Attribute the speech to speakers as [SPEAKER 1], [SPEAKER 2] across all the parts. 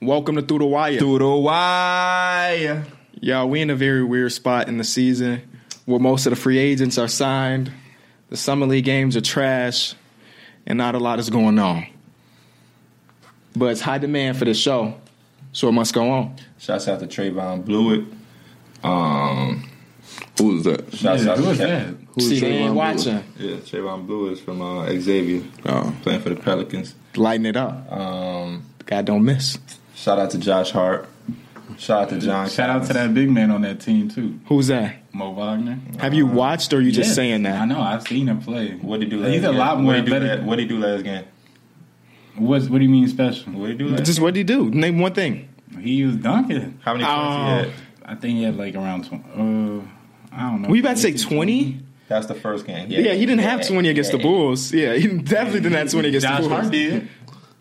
[SPEAKER 1] Welcome to Through the Wire.
[SPEAKER 2] Through the wire.
[SPEAKER 1] Y'all, we in a very weird spot in the season where most of the free agents are signed, the summer league games are trash, and not a lot is going on. But it's high demand for this show, so it must go on.
[SPEAKER 3] Shouts out to Trayvon Blewett. Um,
[SPEAKER 2] Who was that?
[SPEAKER 3] Shouts out to Cap-
[SPEAKER 4] Who's
[SPEAKER 1] See, they
[SPEAKER 4] Trayvon
[SPEAKER 1] ain't
[SPEAKER 4] Blewett?
[SPEAKER 1] watching.
[SPEAKER 3] Yeah, Trayvon Blewett is from uh, Xavier,
[SPEAKER 2] Oh.
[SPEAKER 3] playing for the Pelicans.
[SPEAKER 1] Lighten it up.
[SPEAKER 3] Um,
[SPEAKER 1] God don't miss.
[SPEAKER 3] shout out to Josh Hart. Shout out to John.
[SPEAKER 4] Shout out
[SPEAKER 3] Collins.
[SPEAKER 4] to that big man on that team too,
[SPEAKER 1] Who's that?
[SPEAKER 4] Mo Wagner.
[SPEAKER 1] Have you watched or you just
[SPEAKER 4] Yes.
[SPEAKER 1] saying
[SPEAKER 4] I
[SPEAKER 1] that?
[SPEAKER 4] know. I've seen him play.
[SPEAKER 3] What
[SPEAKER 4] What
[SPEAKER 3] did he do? Last
[SPEAKER 4] He's a
[SPEAKER 3] game?
[SPEAKER 4] lot
[SPEAKER 3] What
[SPEAKER 4] more
[SPEAKER 3] did he do
[SPEAKER 4] better-
[SPEAKER 3] la- What did he do last game?
[SPEAKER 4] What's, what do you mean special?
[SPEAKER 3] What did he do? Last
[SPEAKER 1] Just what would he do? Name one thing.
[SPEAKER 4] He was dunking.
[SPEAKER 3] How many points he
[SPEAKER 1] Oh.
[SPEAKER 3] had?
[SPEAKER 4] I think he had like around twenty. Uh, I don't know.
[SPEAKER 1] Were you about to say
[SPEAKER 4] 18,
[SPEAKER 1] 20?
[SPEAKER 3] That's the first game.
[SPEAKER 1] Yeah, he didn't have 20 against the
[SPEAKER 3] Yeah.
[SPEAKER 1] Bulls. Yeah, he definitely didn't have 20 against the
[SPEAKER 4] Josh
[SPEAKER 1] Bulls.
[SPEAKER 4] Hart did.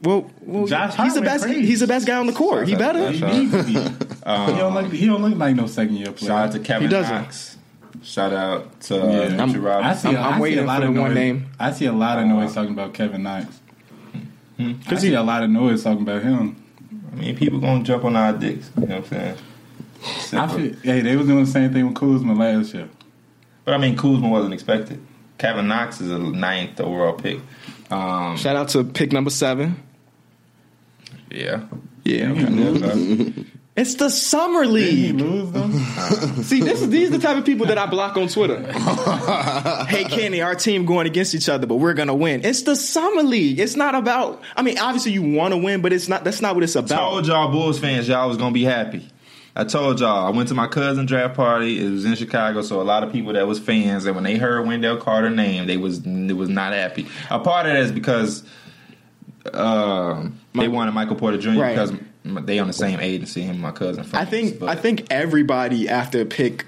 [SPEAKER 1] Well, well
[SPEAKER 4] Josh
[SPEAKER 1] he's
[SPEAKER 4] Hart
[SPEAKER 1] the
[SPEAKER 4] went
[SPEAKER 1] best.
[SPEAKER 4] crazy.
[SPEAKER 1] He's the best guy on the court. He
[SPEAKER 3] Shout out to
[SPEAKER 1] better.
[SPEAKER 3] Josh
[SPEAKER 4] He
[SPEAKER 3] Hart.
[SPEAKER 4] needs to be. he don't look. He don't look like no second year player.
[SPEAKER 3] Shout out to Kevin
[SPEAKER 1] doesn't.
[SPEAKER 3] Knox. Shout out to uh,
[SPEAKER 4] Yeah.
[SPEAKER 3] Mitchell
[SPEAKER 1] I'm-
[SPEAKER 4] I
[SPEAKER 3] Robinson.
[SPEAKER 1] I'm
[SPEAKER 4] see. I see
[SPEAKER 1] waiting
[SPEAKER 4] a lot
[SPEAKER 1] for
[SPEAKER 4] of
[SPEAKER 1] the
[SPEAKER 4] noise.
[SPEAKER 1] one name.
[SPEAKER 4] I see a lot of
[SPEAKER 3] Uh,
[SPEAKER 4] noise talking about Kevin Knox.
[SPEAKER 3] hmm?
[SPEAKER 4] I see a lot of noise talking about him.
[SPEAKER 3] I mean, people gonna jump on our dicks. You know what I'm saying?
[SPEAKER 4] I feel, hey, they was doing the same thing with Kuzma last year.
[SPEAKER 3] but I mean, Kuzma wasn't expected. Kevin Knox is a ninth overall pick. Um,
[SPEAKER 1] Shout out to pick number seven.
[SPEAKER 3] yeah.
[SPEAKER 1] Yeah, it's the summer
[SPEAKER 4] Did he
[SPEAKER 1] league.
[SPEAKER 4] lose them?
[SPEAKER 1] See, this is these are the type of people that I block on Twitter. hey, Kenny, our team going against each other, but we're gonna win. It's the summer league. It's not about. I mean, obviously you want to win, but it's not. That's not what it's
[SPEAKER 3] I
[SPEAKER 1] about.
[SPEAKER 3] told y'all Bulls fans y'all was gonna be happy. I told y'all I went to my cousin draft party. It was in Chicago, so a lot of people that was fans, and when they heard Wendell Carter name, they was they was not happy. A part of that is because um they wanted Michael Porter Jr.
[SPEAKER 1] Right.
[SPEAKER 3] because m- they on the same agency. Him and my cousin.
[SPEAKER 1] I
[SPEAKER 3] friends,
[SPEAKER 1] think.
[SPEAKER 3] but-
[SPEAKER 1] I think everybody after pick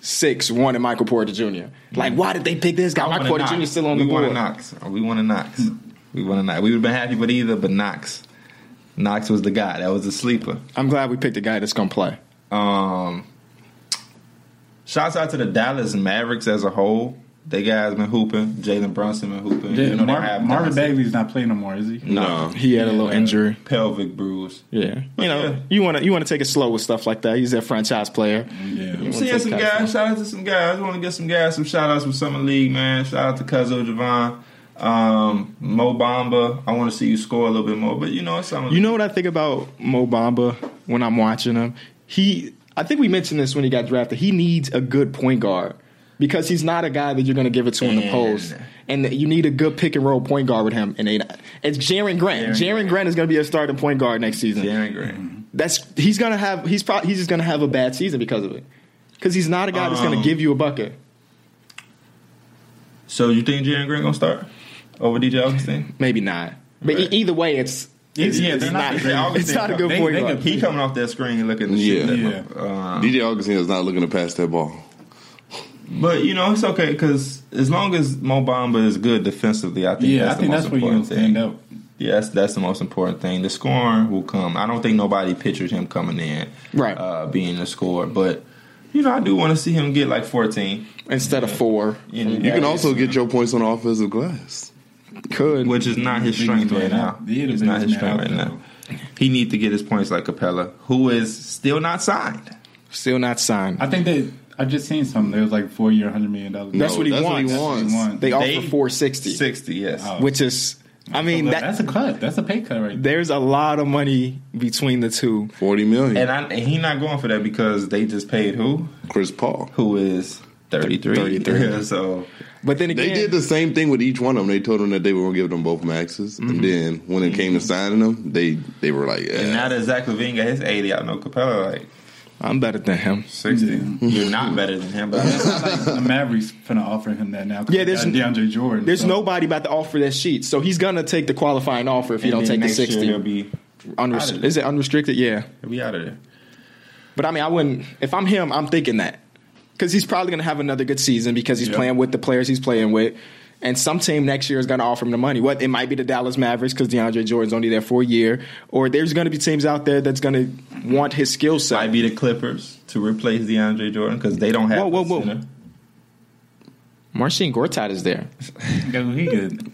[SPEAKER 1] six wanted Michael Porter Jr. Like, why did they pick this guy?
[SPEAKER 3] I wanted
[SPEAKER 1] Michael Porter
[SPEAKER 3] Knox.
[SPEAKER 1] Jr. still on
[SPEAKER 3] we
[SPEAKER 1] the board.
[SPEAKER 3] wanted Knox. We wanted Knox. We wanted Knox. We would have been happy with either, but Knox. Knox was the guy. That was the sleeper.
[SPEAKER 1] I'm glad we picked a guy that's gonna play.
[SPEAKER 3] Um, shouts out to the Dallas Mavericks as a whole. They guys been hooping. Jalen Brunson been hooping.
[SPEAKER 4] Yeah,
[SPEAKER 3] Even though they
[SPEAKER 4] Mar-
[SPEAKER 3] have
[SPEAKER 4] Marvin
[SPEAKER 3] Donovan-
[SPEAKER 4] Bagley's not playing no more, is he?
[SPEAKER 2] No.
[SPEAKER 1] He had a little injury.
[SPEAKER 3] pelvic bruise.
[SPEAKER 1] Yeah, you know,
[SPEAKER 3] Yeah.
[SPEAKER 1] you want to you want to take it slow with stuff like that. He's a franchise player.
[SPEAKER 4] Yeah.
[SPEAKER 3] I'm
[SPEAKER 1] wanna
[SPEAKER 3] seeing
[SPEAKER 1] take
[SPEAKER 3] some
[SPEAKER 1] cuts,
[SPEAKER 3] guys.
[SPEAKER 1] huh?
[SPEAKER 3] Shout out to some guys. want to get some guys some shout outs from summer league, man. Shout out to Cuzzo Javon. Um, Mo Bamba, I want to see you score a little bit more, but you know it's something.
[SPEAKER 1] You know what I think about Mo Bamba when I'm watching him? He, I think we mentioned this when he got drafted. He needs a good point guard because he's not a guy that you're going to give it to in the
[SPEAKER 3] And-
[SPEAKER 1] post. And you need a good pick and roll point guard with him. And they, it's Jaren Grant.
[SPEAKER 3] Jaren
[SPEAKER 1] Jaren
[SPEAKER 3] Grant.
[SPEAKER 1] Grant, is going to be a starting point guard next season.
[SPEAKER 3] Darren
[SPEAKER 4] Mm-hmm.
[SPEAKER 3] Green.
[SPEAKER 1] That's he's going to have. He's probably he's just going to have a bad season because of it. Because he's not a guy that's going
[SPEAKER 3] Um,
[SPEAKER 1] to give you a bucket.
[SPEAKER 3] So you think Jaren Green gonna start over DJ Augustine?
[SPEAKER 1] Maybe not. But
[SPEAKER 3] Right.
[SPEAKER 1] e- either way, it's
[SPEAKER 4] It's- yeah,
[SPEAKER 1] it's
[SPEAKER 4] they're
[SPEAKER 1] not.
[SPEAKER 4] not the
[SPEAKER 3] greatest.
[SPEAKER 1] It's not a good
[SPEAKER 4] They-
[SPEAKER 1] point
[SPEAKER 4] they
[SPEAKER 1] guard.
[SPEAKER 4] could-
[SPEAKER 3] He coming off that screen looking to shoot
[SPEAKER 2] Yeah.
[SPEAKER 3] that
[SPEAKER 4] Yeah.
[SPEAKER 3] uh,
[SPEAKER 2] DJ Augustine is not looking to pass that ball.
[SPEAKER 3] But you know it's okay because as long as Mo Bamba is good defensively, I think
[SPEAKER 4] Yeah, I
[SPEAKER 3] that's the
[SPEAKER 4] think
[SPEAKER 3] most
[SPEAKER 4] that's where you're gonna
[SPEAKER 3] important
[SPEAKER 4] stand
[SPEAKER 3] thing.
[SPEAKER 4] out.
[SPEAKER 3] Yeah, that's, that's the most important thing. The scoring will come. I don't think nobody pictured him coming in,
[SPEAKER 1] Right.
[SPEAKER 3] uh, being the scorer. But you know, I do want to see him get like fourteen.
[SPEAKER 1] instead of four.
[SPEAKER 3] And
[SPEAKER 2] You can also get your points on the offensive glass.
[SPEAKER 1] Could
[SPEAKER 3] which is not his
[SPEAKER 4] Biggest
[SPEAKER 3] strength
[SPEAKER 4] man
[SPEAKER 3] right now.
[SPEAKER 4] out. Yeah, the
[SPEAKER 3] It's not
[SPEAKER 4] biggest
[SPEAKER 3] his
[SPEAKER 4] man
[SPEAKER 3] strength
[SPEAKER 4] out
[SPEAKER 3] right now.
[SPEAKER 4] there.
[SPEAKER 3] He need to get his points like Capella, who is still not signed.
[SPEAKER 1] still not signed.
[SPEAKER 4] I think that I just seen something. It was like four year, hundred million dollars.
[SPEAKER 1] That's what he wants.
[SPEAKER 4] That's what he wants.
[SPEAKER 1] They
[SPEAKER 3] They-
[SPEAKER 1] offer four sixty,
[SPEAKER 3] Sixty, yes.
[SPEAKER 4] Oh.
[SPEAKER 1] which is I mean that,
[SPEAKER 4] that's a cut. That's a pay cut right there.
[SPEAKER 1] there's a lot of money between the two.
[SPEAKER 2] 40 million.
[SPEAKER 3] And, I, and he not going for that because they just paid who?
[SPEAKER 2] Chris Paul.
[SPEAKER 3] Who is thirty three?
[SPEAKER 1] 33.
[SPEAKER 3] Yeah, so
[SPEAKER 1] But then
[SPEAKER 2] They
[SPEAKER 1] again,
[SPEAKER 2] did the same thing with each one of them. They told them that they were going to give them both maxes.
[SPEAKER 1] Mm-hmm.
[SPEAKER 2] And then when it came to signing them, they, they were like,
[SPEAKER 3] and
[SPEAKER 2] yeah.
[SPEAKER 3] now that Zach Levine got his eighty, I know Capella like
[SPEAKER 1] I'm better than him.
[SPEAKER 3] sixty.
[SPEAKER 4] Yeah.
[SPEAKER 3] You're not better than him, but
[SPEAKER 4] It's not like the Mavericks finna offer him that now. 'cause
[SPEAKER 1] Yeah,
[SPEAKER 4] they
[SPEAKER 1] there's-
[SPEAKER 4] got DeAndre Jordan.
[SPEAKER 1] There's
[SPEAKER 4] so-
[SPEAKER 1] nobody about to offer that sheet, so he's gonna take the qualifying offer if you don't take the sixty.
[SPEAKER 3] he'll be out of
[SPEAKER 1] Unrest-
[SPEAKER 3] there.
[SPEAKER 1] is it unrestricted? Yeah,
[SPEAKER 3] he'll be out of there.
[SPEAKER 1] but I mean, I wouldn't. If I'm him, I'm thinking that because he's probably gonna have another good season because he's
[SPEAKER 4] Yeah.
[SPEAKER 1] playing with the players he's playing with. And some team next year is going to offer him the money. What it might be the Dallas Mavericks because DeAndre Jordan's only there for a year, or there's going to be teams out there that's going to want his skill set.
[SPEAKER 3] Might be the Clippers to replace DeAndre Jordan because they don't have.
[SPEAKER 1] Whoa, whoa,
[SPEAKER 3] a
[SPEAKER 1] whoa.
[SPEAKER 3] center.
[SPEAKER 1] Marcin Gortat is there.
[SPEAKER 4] Go, he good.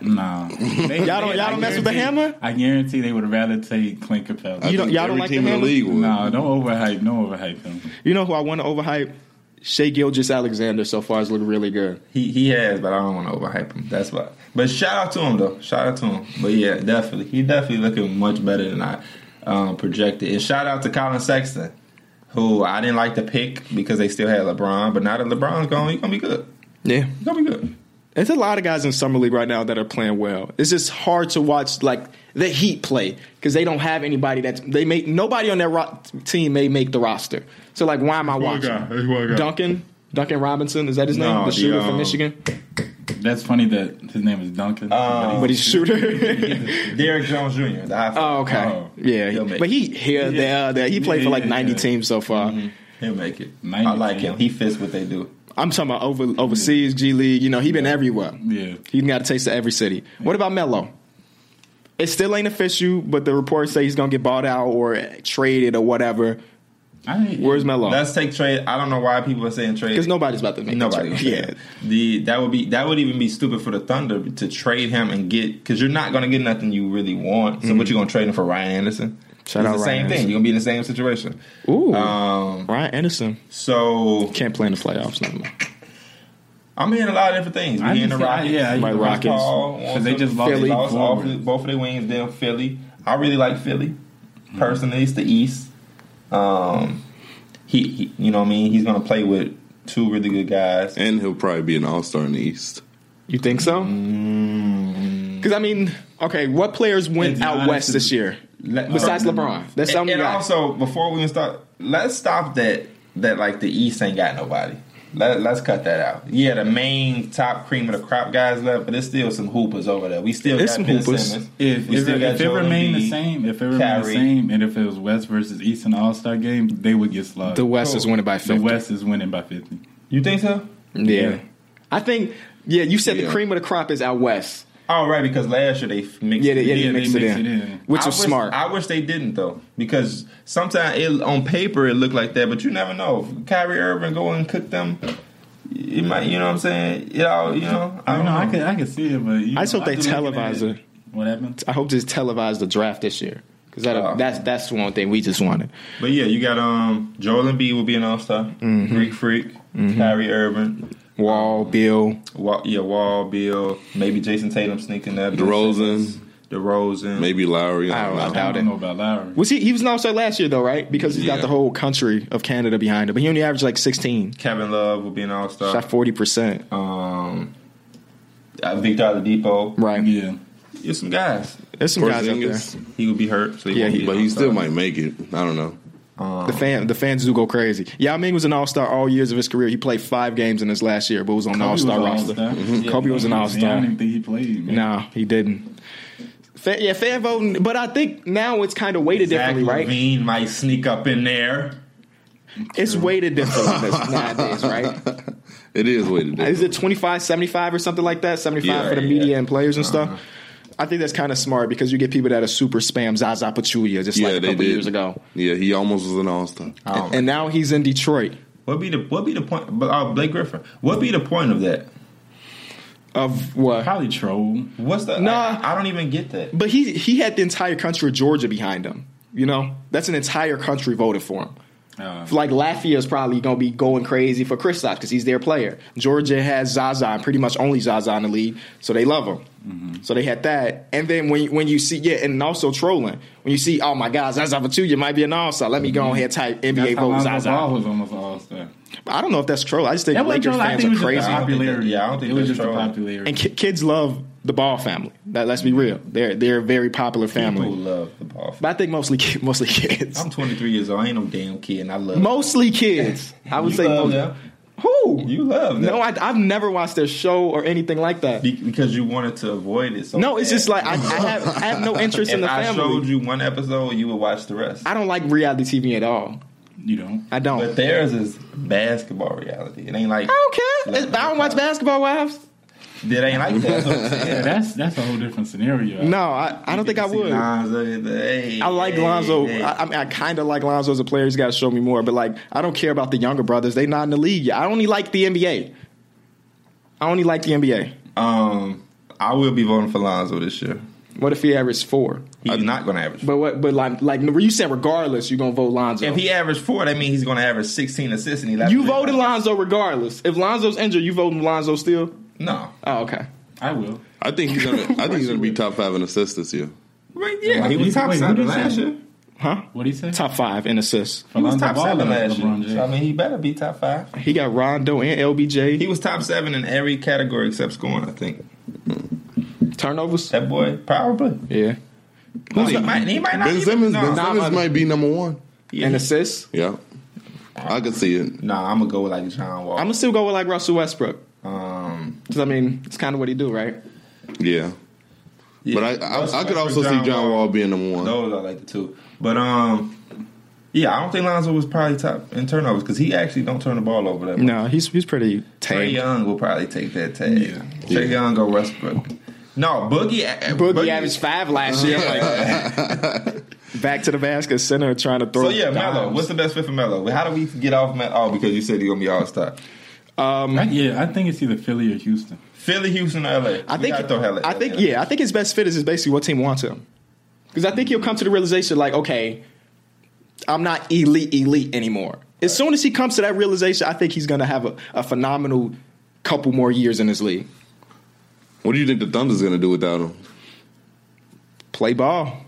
[SPEAKER 4] Nah. They-
[SPEAKER 1] Y'all don't-
[SPEAKER 4] they-
[SPEAKER 1] y'all
[SPEAKER 4] I
[SPEAKER 1] don't mess with the
[SPEAKER 4] guarantee-
[SPEAKER 1] hammer?
[SPEAKER 4] I guarantee they would rather take Clint Capella.
[SPEAKER 1] You
[SPEAKER 2] I
[SPEAKER 1] don't-
[SPEAKER 2] think
[SPEAKER 1] y'all don't
[SPEAKER 2] every
[SPEAKER 1] like
[SPEAKER 2] team
[SPEAKER 1] the
[SPEAKER 2] in
[SPEAKER 1] hammer?
[SPEAKER 2] the league. would.
[SPEAKER 4] No, don't overhype. Don't overhype him.
[SPEAKER 1] You know who I want to overhype? Shea Gilgis Alexander so far has looked really good.
[SPEAKER 3] He he has, but I don't want to overhype him. That's why. But shout out to him though. Shout out to him. But yeah, definitely, he definitely looking much better than I um, projected. And shout out to Colin Sexton, who I didn't like to pick because they still had LeBron. But now that LeBron's gone, he's gonna be good.
[SPEAKER 1] Yeah.
[SPEAKER 3] He's gonna be good.
[SPEAKER 1] There's a lot of guys in summer league right now that are playing well. It's just hard to watch like the Heat play because they don't have anybody that they make. Nobody on their ro- team may make the roster. So like, why am I watching? Duncan, Duncan Robinson, is that his
[SPEAKER 3] No,
[SPEAKER 1] name? The
[SPEAKER 3] the,
[SPEAKER 1] shooter from
[SPEAKER 3] um,
[SPEAKER 1] Michigan,
[SPEAKER 4] That's funny that his name is Duncan.
[SPEAKER 3] Um,
[SPEAKER 1] but he's a shooter.
[SPEAKER 3] Derrick Jones Jr. The high five.
[SPEAKER 1] oh, okay,
[SPEAKER 4] Oh,
[SPEAKER 1] yeah.
[SPEAKER 3] he'll make
[SPEAKER 1] But he here, there, there. He played for like
[SPEAKER 4] Yeah,
[SPEAKER 1] 90
[SPEAKER 4] yeah.
[SPEAKER 1] teams so far.
[SPEAKER 3] He'll make it.
[SPEAKER 4] Maybe.
[SPEAKER 3] I like him. He fits what they do.
[SPEAKER 1] I'm talking about over
[SPEAKER 3] Mm-hmm.
[SPEAKER 1] overseas G League. You know, he been everywhere.
[SPEAKER 4] yeah.
[SPEAKER 1] He got a taste of every city. What about Melo? It still ain't official, but the reports say he's gonna get bought out or traded or whatever.
[SPEAKER 4] I ain't-
[SPEAKER 1] Where's Melo?
[SPEAKER 3] Let's take trade. I don't know why people are saying trade.
[SPEAKER 1] Because nobody's about to make
[SPEAKER 3] Nobody.
[SPEAKER 1] The
[SPEAKER 3] would
[SPEAKER 1] trade.
[SPEAKER 3] say
[SPEAKER 1] Yeah,
[SPEAKER 3] that. The that would be that would even be stupid for the Thunder to trade him and get because you're not going to get nothing you really want. So what you going to trade him for Ryan Anderson?
[SPEAKER 1] Mm-hmm. Shout out
[SPEAKER 3] it's
[SPEAKER 1] Ryan
[SPEAKER 3] the same
[SPEAKER 1] Anderson.
[SPEAKER 3] thing. You're going to be in the same situation.
[SPEAKER 1] Ooh.
[SPEAKER 3] Um.
[SPEAKER 1] Ryan Anderson
[SPEAKER 3] So
[SPEAKER 1] can't play in the playoffs no more.
[SPEAKER 3] I'm hearing a lot of different things. We're
[SPEAKER 4] I
[SPEAKER 3] hearing the
[SPEAKER 4] just- I-
[SPEAKER 3] Rockets.
[SPEAKER 4] yeah, I-
[SPEAKER 1] My
[SPEAKER 4] Chris
[SPEAKER 1] Rockets.
[SPEAKER 4] Paul
[SPEAKER 3] wants
[SPEAKER 4] Because they
[SPEAKER 3] to-
[SPEAKER 4] just lost,
[SPEAKER 1] Philly.
[SPEAKER 4] Philly,
[SPEAKER 3] Lost all, both of their wings. Then Philly. I really like Philly. Personally, it's the East. Um, he, he, you know what I mean. He's gonna play with two really good guys.
[SPEAKER 2] And he'll probably be an all star in the East.
[SPEAKER 1] You think so? Because I mean, okay, what players went
[SPEAKER 4] And
[SPEAKER 1] out
[SPEAKER 4] Giannis
[SPEAKER 1] west
[SPEAKER 4] is-
[SPEAKER 1] this year
[SPEAKER 3] Let-
[SPEAKER 1] besides LeBron? That's
[SPEAKER 3] and,
[SPEAKER 1] something.
[SPEAKER 3] and also before we even start, let's stop that. That like the East ain't got nobody. Let, let's cut that out. Yeah, the main top cream of the crop guys left, but there's still some hoopers over there. We still
[SPEAKER 1] There's
[SPEAKER 3] got
[SPEAKER 1] some
[SPEAKER 3] Ben
[SPEAKER 1] hoopers.
[SPEAKER 3] Simmons.
[SPEAKER 4] If,
[SPEAKER 3] we
[SPEAKER 4] if,
[SPEAKER 3] still
[SPEAKER 4] it-
[SPEAKER 3] got
[SPEAKER 4] if it
[SPEAKER 3] Joel
[SPEAKER 4] remained the
[SPEAKER 3] Embiid.
[SPEAKER 4] same, if it remained
[SPEAKER 3] Kyrie.
[SPEAKER 4] the same, and if it was West versus East in the All Star game, they would get slaughtered.
[SPEAKER 1] the West is winning by
[SPEAKER 4] The
[SPEAKER 1] fifty.
[SPEAKER 4] West is winning by fifty.
[SPEAKER 3] You think so?
[SPEAKER 1] yeah.
[SPEAKER 4] Yeah.
[SPEAKER 1] I think. Yeah, you said the
[SPEAKER 2] Yeah.
[SPEAKER 1] cream of the crop is out west.
[SPEAKER 3] Oh, right, because last year they f- mixed
[SPEAKER 1] Yeah, they, yeah, they
[SPEAKER 4] Yeah, they
[SPEAKER 1] mixed it,
[SPEAKER 4] mixed
[SPEAKER 1] in,
[SPEAKER 4] it in.
[SPEAKER 1] which
[SPEAKER 3] I
[SPEAKER 1] was
[SPEAKER 3] wish-
[SPEAKER 1] smart.
[SPEAKER 3] I wish they didn't though, because sometimes it on paper it looked like that, but you never know. If Kyrie Irving go and cook them, you might, you know what I'm saying? You know, you know.
[SPEAKER 4] I don't know. I could I could see it, but you
[SPEAKER 1] I just
[SPEAKER 4] know,
[SPEAKER 1] hope they
[SPEAKER 4] after looking
[SPEAKER 1] televise
[SPEAKER 4] at
[SPEAKER 1] it.
[SPEAKER 4] What happened?
[SPEAKER 1] I hope just televise the draft this year because that
[SPEAKER 3] Oh.
[SPEAKER 1] that's that's one thing we just wanted.
[SPEAKER 3] But yeah, you got um Joel Embiid will be an All Star,
[SPEAKER 2] Mm-hmm.
[SPEAKER 3] Greek Freak, Kyrie Irving,
[SPEAKER 4] Oh.
[SPEAKER 1] Wall, Bill,
[SPEAKER 3] Wall, yeah, Wall, Bill, maybe Jason Tatum sneaking that,
[SPEAKER 2] DeRozan,
[SPEAKER 3] DeRozan,
[SPEAKER 2] maybe Lowry.
[SPEAKER 1] I don't know.
[SPEAKER 2] I don't know.
[SPEAKER 4] I
[SPEAKER 1] Doubt
[SPEAKER 4] don't
[SPEAKER 1] it.
[SPEAKER 4] know about Lowry.
[SPEAKER 1] was he? He was an all-star last year though, right? Because he's got
[SPEAKER 2] Yeah.
[SPEAKER 1] the whole country of Canada behind him, but he only averaged like sixteen,
[SPEAKER 3] Kevin Love will be an All
[SPEAKER 4] Uh.
[SPEAKER 3] Star,
[SPEAKER 1] shot forty percent.
[SPEAKER 3] um, uh, Victor Oladipo.
[SPEAKER 1] Right,
[SPEAKER 4] Yeah,
[SPEAKER 3] There's some guys.
[SPEAKER 1] there's some guys out there.
[SPEAKER 2] Porzingis,
[SPEAKER 3] He would be hurt, so he
[SPEAKER 1] Yeah,
[SPEAKER 3] won't
[SPEAKER 1] he-
[SPEAKER 3] be an
[SPEAKER 2] but he
[SPEAKER 3] All-Star.
[SPEAKER 2] still might make it. I don't know.
[SPEAKER 1] The fan, the fans do go crazy. Yao Ming was an all-star all years of his career. He played five games in his last year, but was on the
[SPEAKER 4] Kobe was
[SPEAKER 1] all-star
[SPEAKER 4] an
[SPEAKER 1] roster.
[SPEAKER 4] all-star.
[SPEAKER 1] Mhm. Kobe was an
[SPEAKER 4] I
[SPEAKER 1] all-star.
[SPEAKER 4] don't even think he played. man.
[SPEAKER 1] No, he didn't. Fan, yeah, fan voting, but I think now it's kind of weighted
[SPEAKER 3] Zach
[SPEAKER 1] differently, right?
[SPEAKER 3] Levine might sneak up in there.
[SPEAKER 1] It's weighted differently nowadays, right?
[SPEAKER 2] It is way to do.
[SPEAKER 1] Is it 25, 75 or something like that? 75
[SPEAKER 3] Yeah,
[SPEAKER 1] for the
[SPEAKER 3] yeah.
[SPEAKER 1] media and players and stuff? I think that's kind of smart because you get people that are super spam Zaza Pachulia just
[SPEAKER 2] Yeah,
[SPEAKER 1] like a
[SPEAKER 2] they
[SPEAKER 1] couple
[SPEAKER 2] did.
[SPEAKER 1] years ago.
[SPEAKER 2] Yeah, he almost was an all star.
[SPEAKER 3] Oh.
[SPEAKER 1] And now he's in Detroit.
[SPEAKER 3] what be the what be the point? But uh, Blake Griffin. What be the point of that?
[SPEAKER 1] Of what?
[SPEAKER 4] probably troll.
[SPEAKER 3] What's the?
[SPEAKER 1] Nah.
[SPEAKER 3] I, I don't even get that.
[SPEAKER 1] But he he had the entire country of Georgia behind him. You know? That's an entire country voted for him.
[SPEAKER 4] Uh,
[SPEAKER 1] Like Lafayette is probably gonna be going crazy for Chris because he's their player. Georgia has Zaza and pretty much only Zaza in the league, so they love him.
[SPEAKER 4] Mm-hmm.
[SPEAKER 1] So they had that, and then when when you see yeah, and also trolling when you see oh my God, Zaza Pachulia might be an all star. Let me go ahead and type
[SPEAKER 4] Mm-hmm. that's
[SPEAKER 1] NBA
[SPEAKER 4] how
[SPEAKER 1] vote
[SPEAKER 4] Lonzo Ball
[SPEAKER 1] Zaza.
[SPEAKER 4] was almost all star.
[SPEAKER 1] I don't know if that's troll. I just think
[SPEAKER 4] That wasn't
[SPEAKER 1] Lakers
[SPEAKER 4] troll. I
[SPEAKER 1] fans
[SPEAKER 4] think it
[SPEAKER 1] are
[SPEAKER 4] was
[SPEAKER 1] crazy,
[SPEAKER 4] just the popularity.
[SPEAKER 3] Yeah, I don't think
[SPEAKER 4] it was
[SPEAKER 3] that's
[SPEAKER 4] just the
[SPEAKER 3] trolling.
[SPEAKER 4] popularity.
[SPEAKER 1] and ki- kids love the Ball family. That, let's be
[SPEAKER 4] Mm-hmm.
[SPEAKER 1] real, they're they're a very popular
[SPEAKER 3] People
[SPEAKER 1] family.
[SPEAKER 3] love the ball.
[SPEAKER 1] But I think mostly ki- mostly kids,
[SPEAKER 3] I'm 23 years old. I ain't no damn kid, and I love.
[SPEAKER 1] mostly kids. I would
[SPEAKER 3] you
[SPEAKER 1] say
[SPEAKER 3] love
[SPEAKER 1] most-
[SPEAKER 3] them.
[SPEAKER 1] who
[SPEAKER 3] You love them.
[SPEAKER 1] No, I, I've never watched their show or anything like that.
[SPEAKER 3] Be- because you wanted to avoid it. So
[SPEAKER 1] No, it's
[SPEAKER 3] bad.
[SPEAKER 1] just like I, I have I have no interest
[SPEAKER 3] If
[SPEAKER 1] in the
[SPEAKER 3] I showed
[SPEAKER 1] family.
[SPEAKER 3] you one episode, you would watch the rest.
[SPEAKER 1] I don't like reality TV at all.
[SPEAKER 4] You don't.
[SPEAKER 1] I don't.
[SPEAKER 3] but theirs is basketball reality. It ain't like
[SPEAKER 1] I don't care. I don't watch Basketball Wives.
[SPEAKER 3] it ain't like that. So I'm saying.
[SPEAKER 4] Yeah, that's that's a whole different scenario.
[SPEAKER 1] No, I, I don't think I
[SPEAKER 3] You
[SPEAKER 1] would.
[SPEAKER 3] see Lonzo, hey,
[SPEAKER 1] I like
[SPEAKER 3] hey,
[SPEAKER 1] Lonzo.
[SPEAKER 3] hey.
[SPEAKER 1] I, I mean, I kind of like Lonzo as a player. He's got to show me more. But like, I don't care about the younger brothers. They not in the league. yet. I only like the NBA. I only like the NBA.
[SPEAKER 3] Um, I will be voting for Lonzo this year.
[SPEAKER 1] What if he averaged four?
[SPEAKER 3] He's not going to average.
[SPEAKER 1] But what? But like, like you said, regardless, you're gonna vote Lonzo.
[SPEAKER 3] if he averaged four, that means he's going to average 16 assists. And he
[SPEAKER 1] you voted Lonzo regardless. If Lonzo's injured, you voting Lonzo still?
[SPEAKER 3] No.
[SPEAKER 1] Oh, okay.
[SPEAKER 4] I will.
[SPEAKER 2] I think he's gonna. I think he's gonna be top five in assists this year.
[SPEAKER 3] Wait, yeah, he
[SPEAKER 4] Wait,
[SPEAKER 3] was top
[SPEAKER 4] wait,
[SPEAKER 3] seven
[SPEAKER 4] who did he
[SPEAKER 3] last
[SPEAKER 4] say?
[SPEAKER 3] year.
[SPEAKER 1] Huh?
[SPEAKER 4] What do you say?
[SPEAKER 1] Top five in assists.
[SPEAKER 3] He was
[SPEAKER 4] Lonzo
[SPEAKER 3] top
[SPEAKER 4] Ball
[SPEAKER 3] seven
[SPEAKER 4] or
[SPEAKER 3] last
[SPEAKER 4] LeBron
[SPEAKER 3] year. So, I
[SPEAKER 4] James?
[SPEAKER 3] mean, he better be top five.
[SPEAKER 1] He got Rondo and LBJ.
[SPEAKER 3] He was top seven in every category except scoring. I think
[SPEAKER 1] Turnovers.
[SPEAKER 3] that boy probably.
[SPEAKER 1] Yeah.
[SPEAKER 3] Who's he, might, he might not.
[SPEAKER 2] Ben
[SPEAKER 3] even-
[SPEAKER 2] Simmons.
[SPEAKER 3] no,
[SPEAKER 2] Ben
[SPEAKER 3] nah,
[SPEAKER 2] Simmons
[SPEAKER 1] but-
[SPEAKER 2] might be number one.
[SPEAKER 3] yeah.
[SPEAKER 1] And assists.
[SPEAKER 2] Yeah, I could see it.
[SPEAKER 3] Nah, I'm gonna go with like John Wall.
[SPEAKER 1] I'm gonna still go with like Russell Westbrook.
[SPEAKER 3] um,
[SPEAKER 1] Cause I mean, it's kind of what he do, right?
[SPEAKER 2] Yeah,
[SPEAKER 3] yeah.
[SPEAKER 2] but I I, I
[SPEAKER 3] Westbrook,
[SPEAKER 2] could also see John Wall being number one.
[SPEAKER 3] Those are like the two. But um, yeah, I don't think Lonzo was probably top in turnovers because he actually don't turn the ball over that much.
[SPEAKER 1] No, he's he's pretty
[SPEAKER 3] Trey
[SPEAKER 1] tame.
[SPEAKER 3] Young will probably take that tag. Yeah. Trey
[SPEAKER 2] Yeah.
[SPEAKER 3] Young or Westbrook. No, Boogie.
[SPEAKER 1] Boogie averaged five last year. like, back to the basket, center trying to throw.
[SPEAKER 3] So yeah,
[SPEAKER 1] dimes.
[SPEAKER 3] Melo. What's the best fit for Melo? How do we get off Melo? Oh, because you said you're gonna be All Star.
[SPEAKER 1] Um,
[SPEAKER 4] I, yeah, I think it's either Philly or Houston.
[SPEAKER 3] Philly, Houston, or LA.
[SPEAKER 1] I
[SPEAKER 3] We
[SPEAKER 1] think.
[SPEAKER 3] gotta throw LA.
[SPEAKER 1] I think. Yeah, I think his best fit is basically what team wants him. Because I think he'll come to the realization, like, okay, I'm not elite, elite anymore. As soon as he comes to that realization, I think he's going to have a, a phenomenal couple more years in this league.
[SPEAKER 2] What do you think the Thunder's gonna do without him?
[SPEAKER 1] Play ball.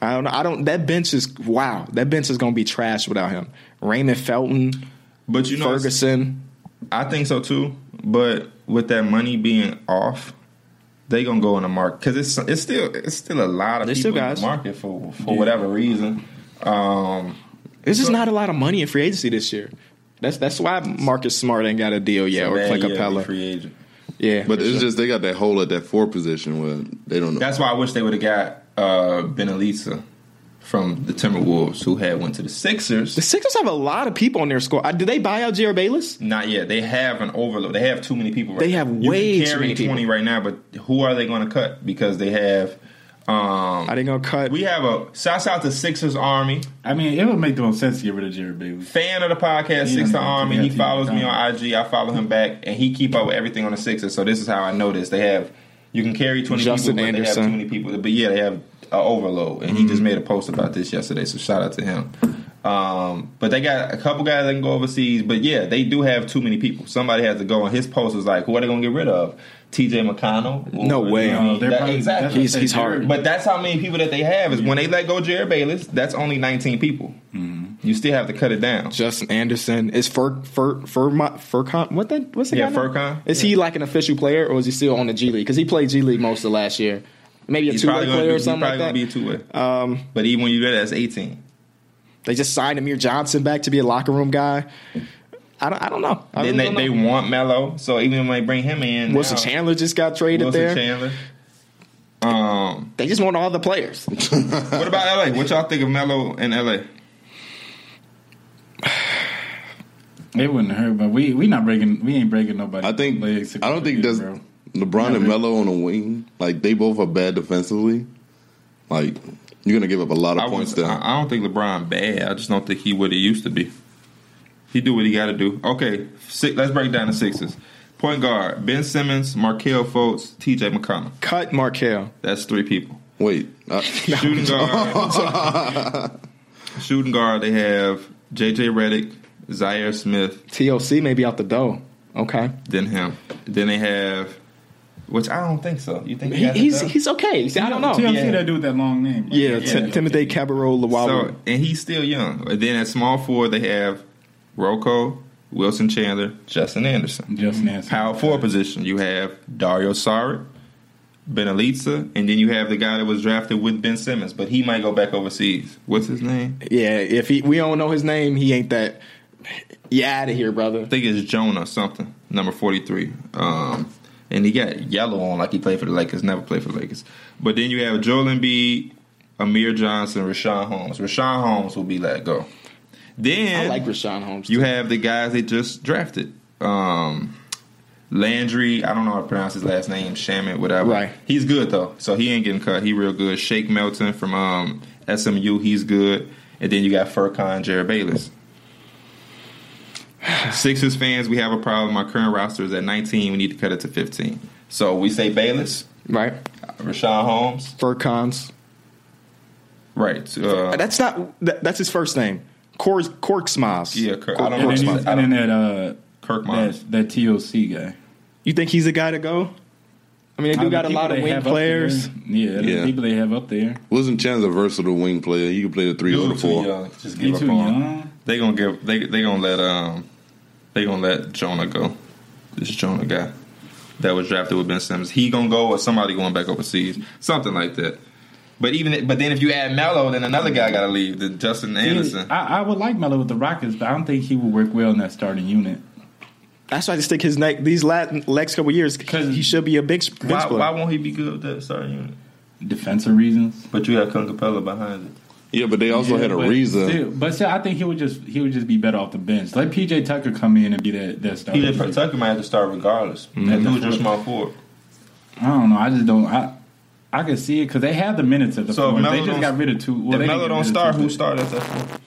[SPEAKER 1] I don't know. I don't. That bench is wow. That bench is going to be trash without him. Raymond Felton,
[SPEAKER 3] But you know,
[SPEAKER 1] Ferguson.
[SPEAKER 3] I think so too. But with that money being off, they gonna go in the market because it's it's still it's still a lot of
[SPEAKER 1] They
[SPEAKER 3] people
[SPEAKER 1] still
[SPEAKER 3] in
[SPEAKER 1] guys.
[SPEAKER 3] the market for for whatever reason. Um,
[SPEAKER 1] There's just not a lot of money in free agency this year. That's that's why Marcus Smart ain't got a deal yet, or
[SPEAKER 3] man,
[SPEAKER 1] Clint
[SPEAKER 3] yeah,
[SPEAKER 1] Capella.
[SPEAKER 3] be free agent.
[SPEAKER 1] Yeah,
[SPEAKER 2] But it's just they got that hole at that four position where they don't know.
[SPEAKER 3] That's why I wish they would have got uh, Benelisa from the Timberwolves, who had went to the
[SPEAKER 1] the
[SPEAKER 3] Sixers.
[SPEAKER 1] Sixers have a lot of people on their squad. Uh, Did they buy out Jared Bayless?
[SPEAKER 3] Not yet. They have an overload. They have too many people. Right
[SPEAKER 1] They
[SPEAKER 3] now.
[SPEAKER 1] have
[SPEAKER 3] You can
[SPEAKER 1] way too
[SPEAKER 3] carry
[SPEAKER 1] many people.
[SPEAKER 3] twenty right now, but who are they going to cut? Because they have. Um,
[SPEAKER 1] Are they gonna cut?
[SPEAKER 3] we have a shouts out to Sixers Army.
[SPEAKER 4] I mean, it would make the most sense to get rid of Jared Bailey.
[SPEAKER 3] fan of the podcast,
[SPEAKER 4] Yeah,
[SPEAKER 3] Six to
[SPEAKER 4] man,
[SPEAKER 3] Army.
[SPEAKER 4] yeah,
[SPEAKER 3] He
[SPEAKER 4] yeah,
[SPEAKER 3] follows me
[SPEAKER 4] yeah.
[SPEAKER 3] on IG. I follow him back, and he keep up with everything on the Sixers. So this is how I know this. They have you can carry twenty
[SPEAKER 1] Justin
[SPEAKER 3] people, but they
[SPEAKER 1] Anderson. Mm-hmm.
[SPEAKER 3] have too many people. But yeah, they have an overload, and he just made a post about this yesterday. So shout out to him. Um, but they got a couple guys that can go overseas. But yeah, they do have too many people. Somebody has to go. And his post was like, "Who are they going to get rid of? T.J. McConnell?
[SPEAKER 1] No way.
[SPEAKER 3] I mean,
[SPEAKER 4] No, they're
[SPEAKER 3] that-
[SPEAKER 4] probably-
[SPEAKER 3] exactly.
[SPEAKER 4] that's-
[SPEAKER 1] He's- he's hard.
[SPEAKER 3] But that's how many people that they have is when they let go Jared Bayless. That's only nineteen people.
[SPEAKER 4] Mm-hmm.
[SPEAKER 3] You still have to cut it down.
[SPEAKER 1] Justin Anderson is Fur Fur Fur Furcon. What that? What's the
[SPEAKER 3] Yeah,
[SPEAKER 1] guy? now?
[SPEAKER 3] Furkan.
[SPEAKER 1] Is he like an official player, or is he still on the G League? Because he played G League most of last year. Maybe a
[SPEAKER 3] He's
[SPEAKER 1] two way
[SPEAKER 3] probably
[SPEAKER 1] player
[SPEAKER 3] gonna be,
[SPEAKER 1] or
[SPEAKER 3] he's
[SPEAKER 1] something
[SPEAKER 3] probably
[SPEAKER 1] like
[SPEAKER 3] gonna
[SPEAKER 1] that. Um,
[SPEAKER 3] be a two way. but even when you do that, that's eighteen.
[SPEAKER 1] they just signed Amir Johnson back to be a locker room guy. I don't. I don't know. I
[SPEAKER 3] Then
[SPEAKER 1] really
[SPEAKER 3] they,
[SPEAKER 1] don't
[SPEAKER 3] they
[SPEAKER 1] know.
[SPEAKER 3] want Mello, so even when they bring him in,
[SPEAKER 1] Wilson
[SPEAKER 3] now,
[SPEAKER 1] Chandler just got traded
[SPEAKER 3] Wilson
[SPEAKER 1] there.
[SPEAKER 3] Chandler. Um,
[SPEAKER 1] They just want all the players.
[SPEAKER 3] what about LA? What y'all think of Mello in LA?
[SPEAKER 4] It wouldn't hurt, but we we not breaking. We ain't breaking nobody.
[SPEAKER 2] I think
[SPEAKER 4] legs to
[SPEAKER 2] I don't think
[SPEAKER 4] get,
[SPEAKER 2] that's
[SPEAKER 4] bro.
[SPEAKER 2] LeBron and Melo on the wing. Like they both are bad defensively. Like you're gonna give up a lot of
[SPEAKER 3] I,
[SPEAKER 2] points
[SPEAKER 3] was,
[SPEAKER 2] there.
[SPEAKER 3] I I don't think LeBron bad. I just don't think he what he used to be. He do what he got to do. Okay, six, let's break down the sixes. Point guard: Ben Simmons, Markel Fultz, T.J. McConnell.
[SPEAKER 1] Cut Markell.
[SPEAKER 3] That's three people.
[SPEAKER 2] Wait, uh,
[SPEAKER 3] Shooting guard. shooting guard. They have J.J. Redick, Zaire Smith,
[SPEAKER 1] TLC may be out the door. Okay.
[SPEAKER 3] then him. Then they have, which I don't think so. You think
[SPEAKER 1] He,
[SPEAKER 3] has it
[SPEAKER 1] he's
[SPEAKER 3] though?
[SPEAKER 1] he's okay. See, I don't know.
[SPEAKER 4] TLC
[SPEAKER 3] Yeah.
[SPEAKER 4] that dude with that long name. Like,
[SPEAKER 1] Oh, Yeah, Tim-
[SPEAKER 3] Yeah.
[SPEAKER 1] Timothy Cabarro
[SPEAKER 3] so
[SPEAKER 1] Lawawu.
[SPEAKER 3] and he's still young. And then at small four they have Rocco, Wilson Chandler, Justin Anderson.
[SPEAKER 4] Just nasty.
[SPEAKER 3] Power four position you have Dario Saric, Benelitza, and then you have the guy that was drafted with Ben Simmons, but he might go back overseas. What's his name?
[SPEAKER 1] yeah, if he, we don't know his name, he ain't that. Yeah, out of here, brother.
[SPEAKER 3] I think it's Jonah something, number 43. Um, and he got yellow on like he played for the Lakers, never played for the Lakers. But then you have Joel Embiid, Amir Johnson, Rashawn Holmes. Rashawn Holmes will be let go. Then
[SPEAKER 1] I like Rashawn Holmes.
[SPEAKER 3] you have the guys they just drafted. Um, Landry, I don't know how to pronounce his last name, Shaman, whatever.
[SPEAKER 1] Right.
[SPEAKER 3] He's good though, so he ain't getting cut. He real good. Shake Melton from um, SMU, he's good. And then you got Furkan, Jared Bayless. Sixers fans, we have a problem. Our current roster is at 19. We need to cut it to 15. So we say Bayless.
[SPEAKER 1] right?
[SPEAKER 3] Rashawn Holmes.
[SPEAKER 1] Furcons.
[SPEAKER 3] Right. Uh,
[SPEAKER 1] That's not. That, that's his first name. Cork Cork Smiles.
[SPEAKER 3] Yeah, Kirk- I
[SPEAKER 1] Cork,
[SPEAKER 3] don't
[SPEAKER 1] Cork
[SPEAKER 3] know.
[SPEAKER 4] And then,
[SPEAKER 1] Smiles.
[SPEAKER 4] he's- and then that uh,
[SPEAKER 3] Kirk Miles.
[SPEAKER 4] that that TOC guy.
[SPEAKER 1] You think he's the guy to go? I mean, they do
[SPEAKER 4] I mean,
[SPEAKER 1] got a
[SPEAKER 4] people
[SPEAKER 1] lot of
[SPEAKER 4] they
[SPEAKER 1] wing
[SPEAKER 4] have up there.
[SPEAKER 1] players.
[SPEAKER 4] Yeah, the
[SPEAKER 2] Yeah.
[SPEAKER 4] people they have up there.
[SPEAKER 2] Wasn't Chance a versatile wing player? He could play the three or
[SPEAKER 3] Dude,
[SPEAKER 2] the
[SPEAKER 3] too
[SPEAKER 2] four.
[SPEAKER 3] young. Just
[SPEAKER 4] He
[SPEAKER 3] give
[SPEAKER 4] too
[SPEAKER 3] up on. him.
[SPEAKER 4] young.
[SPEAKER 3] They gonna give. They they gonna let um. They gonna let Jonah go. This Jonah guy that was drafted with Ben Simmons. He gonna go or somebody going back overseas, something like that. But even but then if you add Melo, then another guy gotta leave. Then Justin Anderson.
[SPEAKER 4] I, I would like Melo with the Rockets, but I don't think he would work well in that starting unit.
[SPEAKER 1] That's why I just think his neck these last, next couple years
[SPEAKER 4] 'Cause
[SPEAKER 1] he should be a big bench
[SPEAKER 3] Why,
[SPEAKER 1] player.
[SPEAKER 3] why won't he be good with that starting unit?
[SPEAKER 4] Defensive reasons.
[SPEAKER 3] But you have Clint Capella behind it.
[SPEAKER 2] Yeah, but they also
[SPEAKER 4] Yeah,
[SPEAKER 2] had a
[SPEAKER 4] but
[SPEAKER 2] reason.
[SPEAKER 4] still- but still, I think he would just he would just be better off the bench. Let PJ Tucker come in and be that that starter.
[SPEAKER 3] PJ Tucker might have to start regardless. That dude's your small forward.
[SPEAKER 4] I don't know. I just don't. I I can see it because they had the minutes at the
[SPEAKER 3] So if
[SPEAKER 4] so They
[SPEAKER 3] Melo
[SPEAKER 4] just
[SPEAKER 3] don't-
[SPEAKER 4] got rid of two. Well,
[SPEAKER 3] If
[SPEAKER 4] they didn't
[SPEAKER 3] Melo
[SPEAKER 4] get
[SPEAKER 3] don't
[SPEAKER 4] rid of
[SPEAKER 3] start,
[SPEAKER 4] two,
[SPEAKER 3] who
[SPEAKER 4] but-
[SPEAKER 3] starts at that four?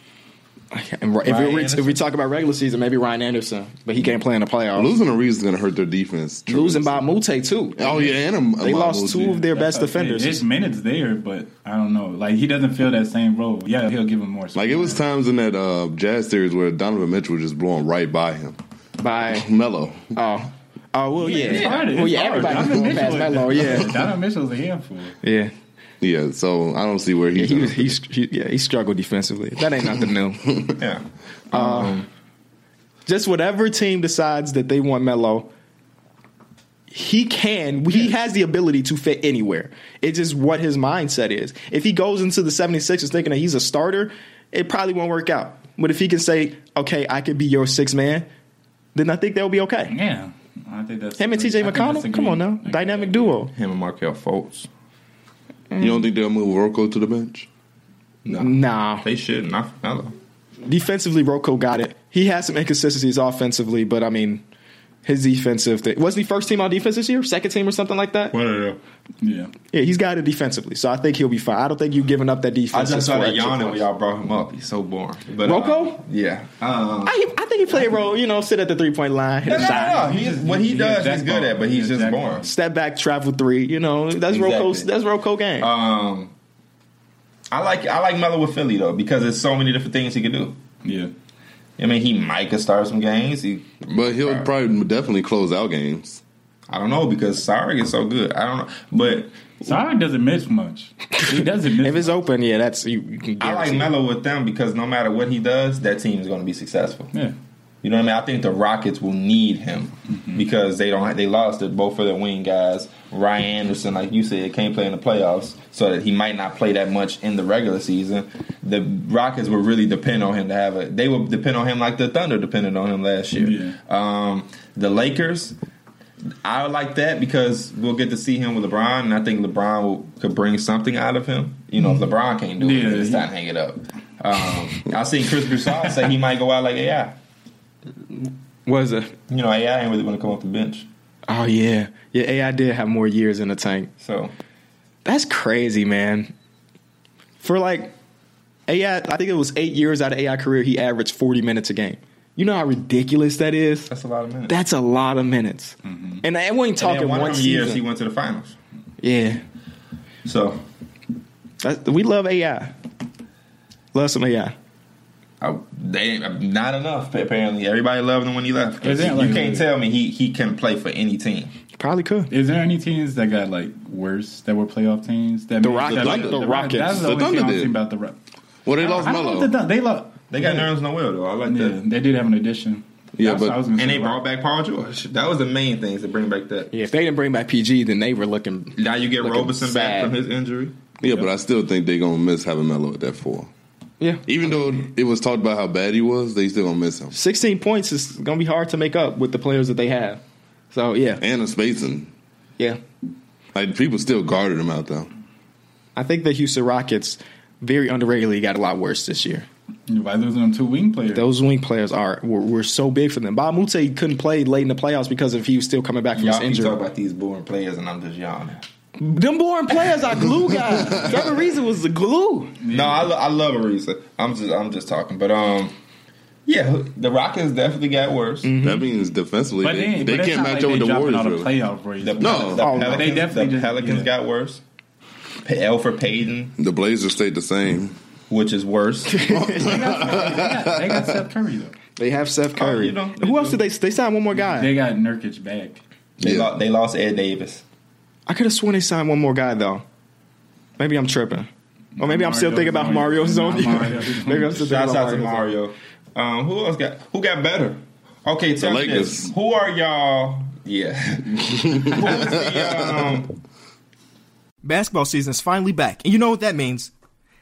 [SPEAKER 1] And ri- if,
[SPEAKER 3] Ryan
[SPEAKER 1] we if we
[SPEAKER 3] Anderson?
[SPEAKER 1] talk about regular season, maybe Ryan Anderson, but he can't play in the playoffs.
[SPEAKER 2] Losing a reason is going to hurt their defense. True.
[SPEAKER 1] Losing by Mute too.
[SPEAKER 2] Oh yeah, and a, a
[SPEAKER 1] They
[SPEAKER 2] lot
[SPEAKER 1] lost
[SPEAKER 2] moves,
[SPEAKER 1] two
[SPEAKER 2] yeah.
[SPEAKER 1] of their best
[SPEAKER 4] Uh,
[SPEAKER 1] defenders.
[SPEAKER 4] His minutes there, but I don't know. Like he doesn't feel that same role. Yeah, he'll give him more.
[SPEAKER 2] Like it was times in that uh, Jazz series where Donovan Mitchell was just blowing right by him.
[SPEAKER 1] by
[SPEAKER 2] Mello.
[SPEAKER 1] oh oh well yeah,
[SPEAKER 4] It's hard.
[SPEAKER 1] well
[SPEAKER 4] It's
[SPEAKER 1] yeah
[SPEAKER 4] hard.
[SPEAKER 1] everybody's
[SPEAKER 4] Donovan
[SPEAKER 1] going past
[SPEAKER 4] Mitchell is-
[SPEAKER 1] Melo yeah
[SPEAKER 4] Donovan Mitchell's a handful.
[SPEAKER 1] yeah.
[SPEAKER 2] Yeah, so I don't see where he's.
[SPEAKER 1] He,
[SPEAKER 2] gonna-
[SPEAKER 1] was, he, he yeah he struggled defensively. That ain't nothing new.
[SPEAKER 3] Yeah.
[SPEAKER 1] Just whatever team decides that they want Melo, he can. He has the ability to fit anywhere. It's just what his mindset is. If he goes into the 76ers thinking that he's a starter, it probably won't work out. But if he can say, "Okay, I could be your six man," then I think they'll be okay.
[SPEAKER 4] Yeah, I think that's
[SPEAKER 1] Him and TJ
[SPEAKER 4] I think that's a
[SPEAKER 1] McConnell, come on
[SPEAKER 4] good-
[SPEAKER 1] now,
[SPEAKER 4] a good
[SPEAKER 1] dynamic
[SPEAKER 4] idea.
[SPEAKER 1] duo.
[SPEAKER 3] Him and Markel Fultz.
[SPEAKER 2] You don't think they'll move Rocco to the bench?
[SPEAKER 3] No.
[SPEAKER 1] Nah.
[SPEAKER 3] They should not Melo.
[SPEAKER 1] Defensively, Rocco got it. He has some inconsistencies offensively, but I mean, his defensive thing wasn't he first team on defense this year, second team or something like that.
[SPEAKER 3] What are
[SPEAKER 4] Yeah,
[SPEAKER 1] Yeah, he's got it defensively, so I think he'll be fine. I don't think you've given up that
[SPEAKER 3] I
[SPEAKER 1] defense.
[SPEAKER 3] just
[SPEAKER 1] for
[SPEAKER 3] started
[SPEAKER 1] extra
[SPEAKER 3] yawning when
[SPEAKER 1] points.
[SPEAKER 3] y'all brought him up. He's so boring. But,
[SPEAKER 1] Rocco?
[SPEAKER 3] uh, yeah. Um,
[SPEAKER 1] I, I think he played a role, you know, sit at the three point line, hit
[SPEAKER 3] no,
[SPEAKER 1] a
[SPEAKER 3] no, no,
[SPEAKER 1] shot,
[SPEAKER 3] no. He is, what he,
[SPEAKER 4] He's
[SPEAKER 3] does,
[SPEAKER 4] Jack
[SPEAKER 3] he's good at, but he's
[SPEAKER 4] Ball.
[SPEAKER 3] just
[SPEAKER 4] He's
[SPEAKER 3] boring.
[SPEAKER 1] step back, travel three. You know, that's
[SPEAKER 3] Exactly.
[SPEAKER 1] Rocco's that's Rocco game.
[SPEAKER 3] Um, I like I like Melo with Philly though because there's so many different things he can do.
[SPEAKER 4] yeah.
[SPEAKER 3] I mean, he might could start some games. He,
[SPEAKER 2] But he'll probably definitely close out games.
[SPEAKER 3] I don't know because Sarek is so good. I don't know, but
[SPEAKER 4] Sark doesn't miss much. He doesn't miss.
[SPEAKER 1] if it's open, yeah, that's you, you can.
[SPEAKER 3] I like
[SPEAKER 1] guarantee.
[SPEAKER 3] Melo with them because no matter what he does, that team is going to be successful.
[SPEAKER 4] yeah.
[SPEAKER 3] You know what I mean? I think the Rockets will need him
[SPEAKER 4] Mm-hmm.
[SPEAKER 3] because they don't they lost it both of their wing guys. Ryan Anderson, like you said, can't play in the playoffs, so that he might not play that much in the regular season. The Rockets will really depend on him to have a. They will depend on him like the Thunder depended on him last year.
[SPEAKER 4] Yeah.
[SPEAKER 3] Um, the Lakers, I would like that because we'll get to see him with LeBron, and I think LeBron will, could bring something out of him. You know, if LeBron can't do it,
[SPEAKER 4] Mm-hmm. Yeah,
[SPEAKER 3] then it's
[SPEAKER 4] he-
[SPEAKER 3] time to hang it up. Um, I seen Chris Broussard say he might go out like AI.
[SPEAKER 1] What is it?
[SPEAKER 3] You know, AI ain't really going to come off the bench.
[SPEAKER 1] Oh yeah, yeah. AI did have more years in the tank.
[SPEAKER 3] So
[SPEAKER 1] That's crazy, man. For like AI, I think it was eight years out of AI career, he averaged forty minutes a game. You know how ridiculous that is.
[SPEAKER 3] that's a lot of minutes.
[SPEAKER 1] That's a lot of minutes, Mm-hmm. and I wasn't
[SPEAKER 3] And then
[SPEAKER 1] talking
[SPEAKER 3] one,
[SPEAKER 1] one
[SPEAKER 3] of them years
[SPEAKER 1] season.
[SPEAKER 3] he went to the finals.
[SPEAKER 1] yeah,
[SPEAKER 3] So
[SPEAKER 1] That's, we love AI. Love some AI.
[SPEAKER 3] I, they not enough. Apparently, everybody loved him when he left.
[SPEAKER 4] Is that
[SPEAKER 3] you
[SPEAKER 4] like-
[SPEAKER 3] can't tell me he he can play for any team.
[SPEAKER 1] Probably could.
[SPEAKER 4] Is there any teams that got like worse that were playoff teams? That
[SPEAKER 1] The
[SPEAKER 4] made-
[SPEAKER 1] Rockets.
[SPEAKER 4] that,
[SPEAKER 2] The
[SPEAKER 4] that-
[SPEAKER 1] Rockets.
[SPEAKER 4] That's the,
[SPEAKER 2] The
[SPEAKER 4] only thing
[SPEAKER 2] Thunder
[SPEAKER 4] I'm
[SPEAKER 2] did.
[SPEAKER 4] thinking about the Rockets.
[SPEAKER 2] Well, they lost
[SPEAKER 4] I don't know if
[SPEAKER 2] Melo.
[SPEAKER 4] the Thunder. They lost.
[SPEAKER 3] They got Nerlens Noel though. I like
[SPEAKER 4] Yeah,
[SPEAKER 3] that.
[SPEAKER 4] they did have an addition.
[SPEAKER 2] Yeah,
[SPEAKER 4] That's what
[SPEAKER 2] but-
[SPEAKER 4] I was gonna
[SPEAKER 3] And
[SPEAKER 4] say.
[SPEAKER 3] they brought back Paul George. That was the main thing to bring back that.
[SPEAKER 1] Yeah, if they didn't bring back PG, then they were looking.
[SPEAKER 3] Now you get
[SPEAKER 1] Looking
[SPEAKER 3] Roberson
[SPEAKER 1] sad.
[SPEAKER 3] back from his injury.
[SPEAKER 2] Yeah, but I still think they're gonna miss having Melo at that four.
[SPEAKER 1] Yeah,
[SPEAKER 2] Even though it was talked about how bad he was, they still gonna miss him.
[SPEAKER 1] sixteen points is gonna be hard to make up with the players that they have. So yeah,
[SPEAKER 2] And the spacing,
[SPEAKER 1] yeah.
[SPEAKER 2] like people still guarded him out though.
[SPEAKER 1] I think the Houston Rockets very underratedly got a lot worse this year.
[SPEAKER 4] by losing them two wing players.
[SPEAKER 1] Those wing players are were, were so big for them. Bob Mute couldn't play late in the playoffs because if he was still coming back from his
[SPEAKER 3] Y'all keep
[SPEAKER 1] injury.
[SPEAKER 3] talking about these boring players, and I'm just yawning.
[SPEAKER 1] Them boring players are glue guys. Kevin Reason was the glue.
[SPEAKER 3] No, I, lo- I love Ariza. I'm just I'm just talking, but um, Yeah, the Rockets definitely got worse.
[SPEAKER 1] Mm-hmm.
[SPEAKER 2] That means defensively,
[SPEAKER 4] But
[SPEAKER 2] they,
[SPEAKER 4] then,
[SPEAKER 2] they
[SPEAKER 4] but
[SPEAKER 2] can't match
[SPEAKER 4] match
[SPEAKER 2] up with the Warriors.
[SPEAKER 4] All the
[SPEAKER 2] really.
[SPEAKER 4] playoff race.
[SPEAKER 3] The,
[SPEAKER 2] No.
[SPEAKER 3] the
[SPEAKER 1] Oh, no.
[SPEAKER 3] Pelicans,
[SPEAKER 4] They definitely
[SPEAKER 3] the
[SPEAKER 4] just-
[SPEAKER 3] Pelicans
[SPEAKER 4] yeah.
[SPEAKER 3] got worse. Pa- Alfred Payton,
[SPEAKER 2] The Blazers stayed the same.
[SPEAKER 3] which is worse.
[SPEAKER 4] they, got, they, got, they got Steph Curry though.
[SPEAKER 1] They have Seth Curry.
[SPEAKER 3] Oh, you know, they
[SPEAKER 1] Who else
[SPEAKER 3] do.
[SPEAKER 1] did they? They signed one more guy.
[SPEAKER 4] They got Nurkic back.
[SPEAKER 3] They,
[SPEAKER 2] Yeah.
[SPEAKER 3] lo- they lost Ed Davis.
[SPEAKER 1] I could have sworn they signed one more guy though. Maybe I'm tripping, or maybe I'm still
[SPEAKER 4] Mario
[SPEAKER 1] thinking about Mario
[SPEAKER 4] Zonia.
[SPEAKER 1] Zonia.
[SPEAKER 4] Mario Zonia.
[SPEAKER 1] maybe I'm still thinking
[SPEAKER 3] Shout out to
[SPEAKER 1] about Mario. Zonia.
[SPEAKER 3] Mario. Um, who else got? Who got better? Okay, tell me
[SPEAKER 2] Lakers.
[SPEAKER 3] this. Who are y'all? Yeah. Who's the, um,
[SPEAKER 5] Basketball season is finally back, and you know what that means.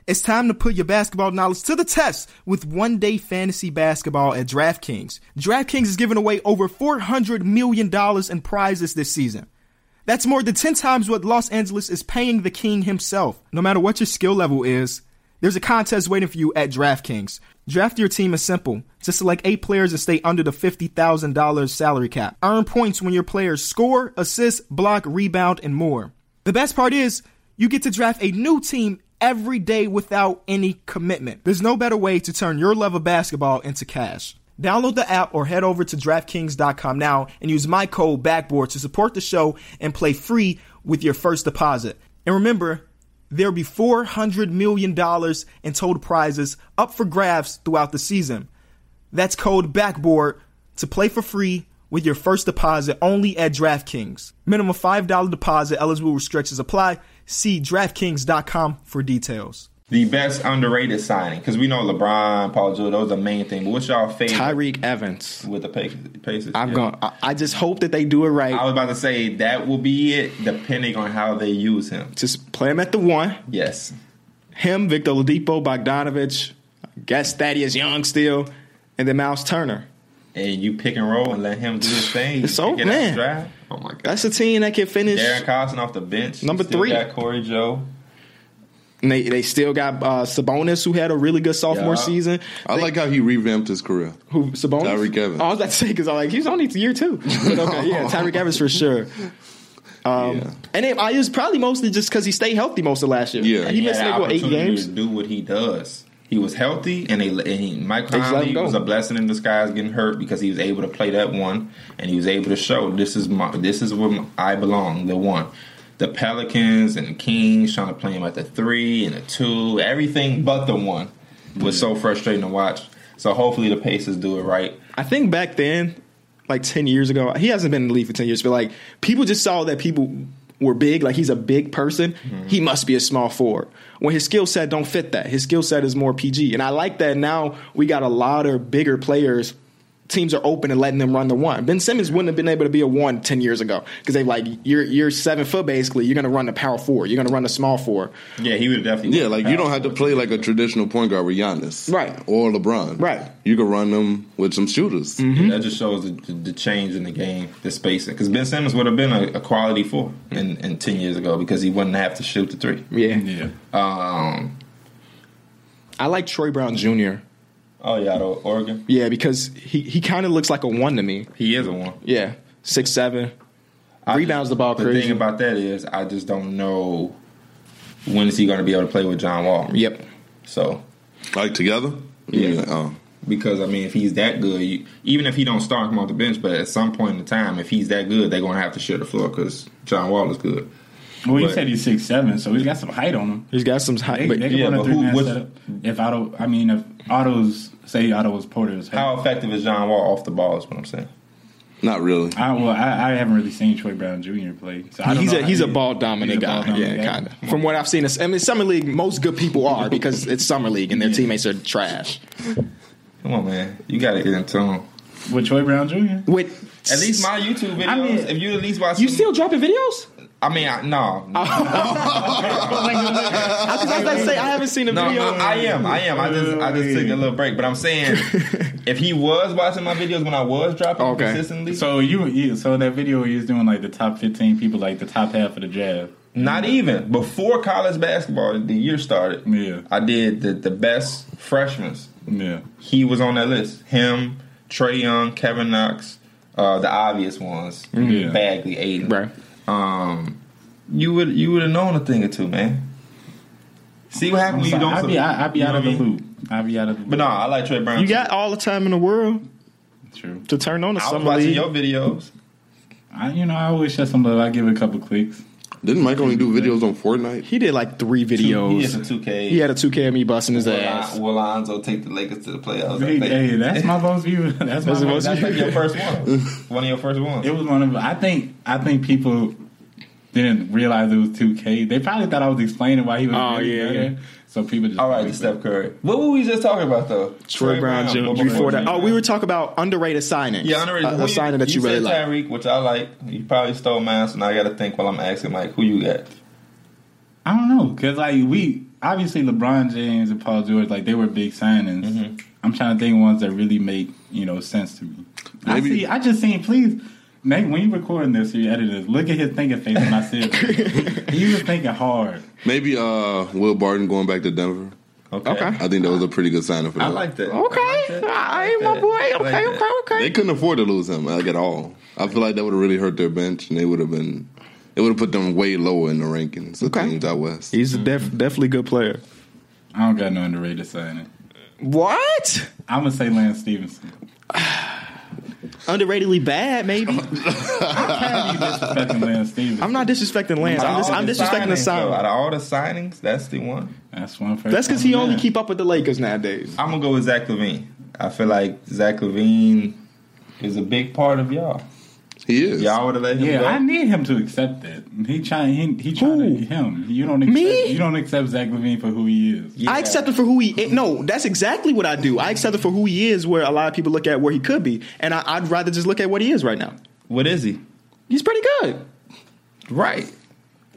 [SPEAKER 5] It's time to put your basketball knowledge to the test with one day fantasy basketball at DraftKings. DraftKings is giving away over $400 million in prizes this season. That's more than 10 times what Los Angeles is paying the king himself. No matter what your skill level is, there's a contest waiting for you at DraftKings. Draft your team is simple. Just select eight players and stay under the $50,000 salary cap. Earn points when your players score, assist, block, rebound, and more. The best part is, you get to draft a new team every day without any commitment. There's no better way to turn your love of basketball into cash. Download the app or head over to DraftKings.com now and use my code BACKBOARD to support the show and play free with your first deposit. And remember, there'll be $400 million in total prizes up for grabs throughout the season. That's code BACKBOARD to play for free with your first deposit only at DraftKings. Minimum $5 deposit, eligible restrictions apply. See DraftKings.com for details.
[SPEAKER 3] the best underrated signing because we know LeBron, Paul George, those are the main thing. But what's y'all favorite
[SPEAKER 1] Tyreek Evans.
[SPEAKER 3] with the Pac- Pacers?
[SPEAKER 1] I'm
[SPEAKER 3] Yeah.
[SPEAKER 1] going. I, I just hope that they do it right.
[SPEAKER 3] I was about to say that will be it, depending on how they use him.
[SPEAKER 1] just play him at the one.
[SPEAKER 3] Yes,
[SPEAKER 1] Him, Victor Oladipo, Bogdanovich. I guess Thaddeus Young still, and then Miles Turner.
[SPEAKER 3] and you pick and roll and let him do his thing.
[SPEAKER 1] It's
[SPEAKER 3] You
[SPEAKER 1] over,
[SPEAKER 3] get out the
[SPEAKER 1] man.
[SPEAKER 3] drive. Oh my god.
[SPEAKER 1] That's a team that can finish.
[SPEAKER 3] Darren Carlson off the bench. You
[SPEAKER 1] Number
[SPEAKER 3] still
[SPEAKER 1] three.
[SPEAKER 3] got Corey Joe.
[SPEAKER 1] And they they still got uh, Sabonis, who had a really good sophomore
[SPEAKER 3] Yeah.
[SPEAKER 1] season.
[SPEAKER 2] I like how he revamped his career.
[SPEAKER 1] Who Sabonis?
[SPEAKER 2] Tyreek Evans.
[SPEAKER 1] Oh, I was about to say because I like he's only year two. But okay, yeah, Tyreek Evans for sure. Um,
[SPEAKER 2] Yeah.
[SPEAKER 1] And it, I was probably mostly just because he stayed healthy most of last year.
[SPEAKER 2] Yeah.
[SPEAKER 1] he,
[SPEAKER 3] He
[SPEAKER 1] missed
[SPEAKER 3] had an
[SPEAKER 1] like what eight
[SPEAKER 3] opportunity
[SPEAKER 1] games.
[SPEAKER 3] to do what he does. He was healthy, and they and he, Mike
[SPEAKER 1] just let him
[SPEAKER 3] Conley
[SPEAKER 1] go.
[SPEAKER 3] was a blessing in disguise, getting hurt because he was able to play that one, and he was able to show this is my this is where I belong, the one. The Pelicans and the Kings trying to play him at the three and the two, everything but the one was so frustrating to watch. So hopefully the Pacers do it right.
[SPEAKER 1] I think back then, like ten years ago, he hasn't been in the league for ten years, but like people just saw that people were big. Like he's a big person. He must be a small forward. When his skill set don't fit that, his skill set is more PG. And I like that now we got a lot of bigger players. Teams are open and letting them run the one. Ben Simmons wouldn't have been able to be a one 10 years ago because they like you're you're seven foot basically. You're gonna run the power four. You're gonna run the small four.
[SPEAKER 3] Yeah, he would definitely.
[SPEAKER 2] Yeah, like you don't have to play like a traditional point guard with Giannis,
[SPEAKER 1] Right.
[SPEAKER 2] Or LeBron,
[SPEAKER 1] Right.
[SPEAKER 2] You can run them with some shooters.
[SPEAKER 1] Hmm?
[SPEAKER 3] Yeah, that just shows the, the, the change in the game, the spacing. Because Ben Simmons would have been a, a quality four in, in ten years ago because he wouldn't have to shoot the three.
[SPEAKER 1] Yeah,
[SPEAKER 4] Yeah.
[SPEAKER 3] Um,
[SPEAKER 1] I like Troy Brown Jr.
[SPEAKER 3] oh yeah, the Oregon.
[SPEAKER 1] Yeah, because he he kind of looks like a one to me.
[SPEAKER 3] He is a one.
[SPEAKER 1] Yeah, six seven.
[SPEAKER 3] I
[SPEAKER 1] Rebounds
[SPEAKER 3] just-
[SPEAKER 1] the ball
[SPEAKER 3] The
[SPEAKER 1] crazy.
[SPEAKER 3] thing about that is, I just don't know when is he going to be able to play with John Wall.
[SPEAKER 1] Yep.
[SPEAKER 3] So
[SPEAKER 2] Like together,
[SPEAKER 3] Yeah.
[SPEAKER 2] Like, oh.
[SPEAKER 3] because I mean, if he's that good, you, even if he don't start him off the bench, but at some point in time, if he's that good, they're going to have to share the floor because John Wall is good.
[SPEAKER 4] Well, you
[SPEAKER 3] But-
[SPEAKER 4] said he's six seven, so he's got some height on him.
[SPEAKER 1] He's got some height.
[SPEAKER 4] They,
[SPEAKER 1] But
[SPEAKER 4] they can
[SPEAKER 3] yeah,
[SPEAKER 4] run a
[SPEAKER 3] but
[SPEAKER 4] three
[SPEAKER 3] who-
[SPEAKER 4] man
[SPEAKER 3] what-
[SPEAKER 4] setup. If Otto, I mean, if Otto's say Otto was Porter's, height.
[SPEAKER 3] How effective is John Wall off the ball? Is what I'm saying.
[SPEAKER 2] not really.
[SPEAKER 4] I well, I, I haven't really seen Troy Brown Jr. play. So I don't
[SPEAKER 1] he's
[SPEAKER 4] know
[SPEAKER 1] a
[SPEAKER 4] how
[SPEAKER 1] he's a
[SPEAKER 4] he-
[SPEAKER 1] ball dominant
[SPEAKER 4] he's a
[SPEAKER 1] guy.
[SPEAKER 4] ball dominant
[SPEAKER 1] yeah,
[SPEAKER 4] guy.
[SPEAKER 1] kind of. From what I've seen, it's- I mean, summer league. Most good people are because it's summer league and their teammates are trash.
[SPEAKER 3] Come on, man, you got to get in tune.
[SPEAKER 4] with Troy Brown Jr.
[SPEAKER 1] With
[SPEAKER 3] At least my YouTube videos.
[SPEAKER 4] I mean-
[SPEAKER 3] if you at least watch,
[SPEAKER 1] you
[SPEAKER 3] some-
[SPEAKER 1] still dropping videos?
[SPEAKER 3] I mean, I, no, no, Oh
[SPEAKER 1] Because I was about to say I haven't seen a
[SPEAKER 3] no I,
[SPEAKER 1] video.
[SPEAKER 3] I am, I am. I just, I just took a little break. But I'm saying, if he was watching my videos when I was dropping
[SPEAKER 1] Okay.
[SPEAKER 3] consistently,
[SPEAKER 4] So you, you so that video he was doing like the top fifteen people, like the top half of the draft.
[SPEAKER 3] not even before college basketball, the year started.
[SPEAKER 4] Yeah.
[SPEAKER 3] I did the the best freshmen.
[SPEAKER 4] Yeah,
[SPEAKER 3] He was on that list. Him, Trey Young, Kevin Knox, uh, the obvious ones,
[SPEAKER 4] Yeah.
[SPEAKER 3] Bagley, Aiden.
[SPEAKER 1] Right.
[SPEAKER 3] Um, you would you would have known a thing or two, man. See what happens when you
[SPEAKER 4] So
[SPEAKER 3] don't.
[SPEAKER 4] I'd be, I- I'd be
[SPEAKER 3] you know
[SPEAKER 4] out of
[SPEAKER 3] what
[SPEAKER 4] the
[SPEAKER 3] I mean?
[SPEAKER 4] loop. I'll be out of the
[SPEAKER 3] But no, I like Trey Brown.
[SPEAKER 1] You
[SPEAKER 3] too.
[SPEAKER 1] got all the time in the world
[SPEAKER 4] True.
[SPEAKER 1] to turn on the
[SPEAKER 3] I was
[SPEAKER 1] summer
[SPEAKER 3] watching
[SPEAKER 1] league.
[SPEAKER 3] your videos.
[SPEAKER 4] I, you know, I always shut some love. I give it a couple clicks.
[SPEAKER 2] Didn't Mike only do videos on Fortnite?
[SPEAKER 1] he did like three
[SPEAKER 3] He did
[SPEAKER 1] videos.
[SPEAKER 3] some 2K.
[SPEAKER 1] He had a 2K of me E busting his
[SPEAKER 3] Will Lon-
[SPEAKER 1] ass.
[SPEAKER 3] Will Lonzo take the Lakers to the playoffs?
[SPEAKER 4] Hey,
[SPEAKER 3] I think.
[SPEAKER 4] hey, that's my most view. That's my
[SPEAKER 1] That's the most
[SPEAKER 4] most
[SPEAKER 3] That's like
[SPEAKER 4] view.
[SPEAKER 3] your first one. One of your first ones.
[SPEAKER 4] It was one of. I think. I think people didn't realize it was 2K. They probably thought I was explaining why he was.
[SPEAKER 1] Oh,
[SPEAKER 4] really
[SPEAKER 1] yeah,
[SPEAKER 4] good. So people just.
[SPEAKER 3] All right, Steph Curry. What were we just talking about though?
[SPEAKER 1] Troy Brown, Jim,
[SPEAKER 3] What
[SPEAKER 1] you
[SPEAKER 3] was
[SPEAKER 1] for
[SPEAKER 3] it?
[SPEAKER 1] that? Oh, we were talking about underrated signings.
[SPEAKER 3] Yeah, underrated.
[SPEAKER 1] A-
[SPEAKER 3] Who
[SPEAKER 1] A, signing that you, really
[SPEAKER 3] said
[SPEAKER 1] like.
[SPEAKER 3] Tyreek, which I like. You probably stole mine, so now I got to think while I'm asking, like, who you got?
[SPEAKER 4] I don't know because like we obviously LeBron James and Paul George like they were big signings. I'm trying to think ones that really make you know sense to me. I
[SPEAKER 2] Maybe-
[SPEAKER 4] see. I just seen please. Nate, when you recording this, or you edit this. Look at his thinking face when I said that. he was thinking hard.
[SPEAKER 2] Maybe uh, Will Barton going back to Denver.
[SPEAKER 1] Okay.
[SPEAKER 2] I think that was a pretty good signing for them.
[SPEAKER 3] I like that.
[SPEAKER 1] Okay,
[SPEAKER 3] I like that.
[SPEAKER 1] I ain't my
[SPEAKER 3] that.
[SPEAKER 1] boy.
[SPEAKER 3] I like
[SPEAKER 1] Okay,
[SPEAKER 3] that.
[SPEAKER 1] okay,
[SPEAKER 2] They
[SPEAKER 1] okay.
[SPEAKER 2] couldn't afford to lose him like at all. I feel like that would have really hurt their bench, and they would have been. It would have put them way lower in the rankings. of
[SPEAKER 1] Okay.
[SPEAKER 2] teams out west.
[SPEAKER 1] He's a def- definitely good player.
[SPEAKER 4] I don't got no underrated signing.
[SPEAKER 1] What?
[SPEAKER 4] I'm gonna say Lance Stevenson.
[SPEAKER 1] Underratedly bad, maybe.
[SPEAKER 4] How you disrespecting Lance Stevenson?
[SPEAKER 1] I'm not disrespecting Lance. I'm,
[SPEAKER 3] Out
[SPEAKER 1] dis-
[SPEAKER 3] of
[SPEAKER 1] I'm
[SPEAKER 3] the
[SPEAKER 1] disrespecting the
[SPEAKER 3] signings, though, Out
[SPEAKER 1] sign.
[SPEAKER 3] of all the signings, that's the one.
[SPEAKER 4] That's one first.
[SPEAKER 1] That's because he
[SPEAKER 4] time
[SPEAKER 1] only
[SPEAKER 4] man.
[SPEAKER 1] keep up with the Lakers nowadays.
[SPEAKER 3] I'm gonna go with Zach Levine. I feel like Zach Levine is a big part of y'all.
[SPEAKER 2] He is.
[SPEAKER 3] Y'all would have let him
[SPEAKER 4] Yeah,
[SPEAKER 3] go.
[SPEAKER 4] I need him to accept that. He trying. He, he trying
[SPEAKER 1] Who?
[SPEAKER 4] to him. You don't accept,
[SPEAKER 1] Me?
[SPEAKER 4] You don't accept Zach Levine for who he is.
[SPEAKER 3] Yeah.
[SPEAKER 1] I accept it for who he is. No, that's exactly what I do. I accept it for who he is, where a lot of people look at where he could be. And I, I'd rather just look at what he is right now.
[SPEAKER 3] What is he?
[SPEAKER 1] He's pretty good.
[SPEAKER 3] Right.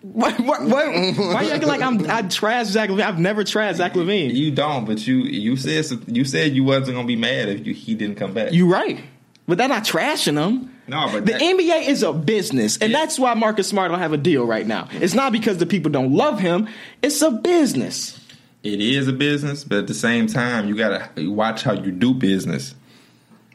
[SPEAKER 1] What, what, what, why you acting like I'm, I trash Zach Levine? I've never trashed Zach Levine.
[SPEAKER 3] You don't, but you you said some- you said you wasn't gonna be mad if you, he didn't come back.
[SPEAKER 1] You right. But they're not trashing them.
[SPEAKER 3] no, but
[SPEAKER 1] The
[SPEAKER 3] that-
[SPEAKER 1] NBA is a business, and that's why Marcus Smart don't have a deal right now. It's not because the people don't love him; it's a business.
[SPEAKER 3] it is a business, but at the same time, you gotta watch how you do business.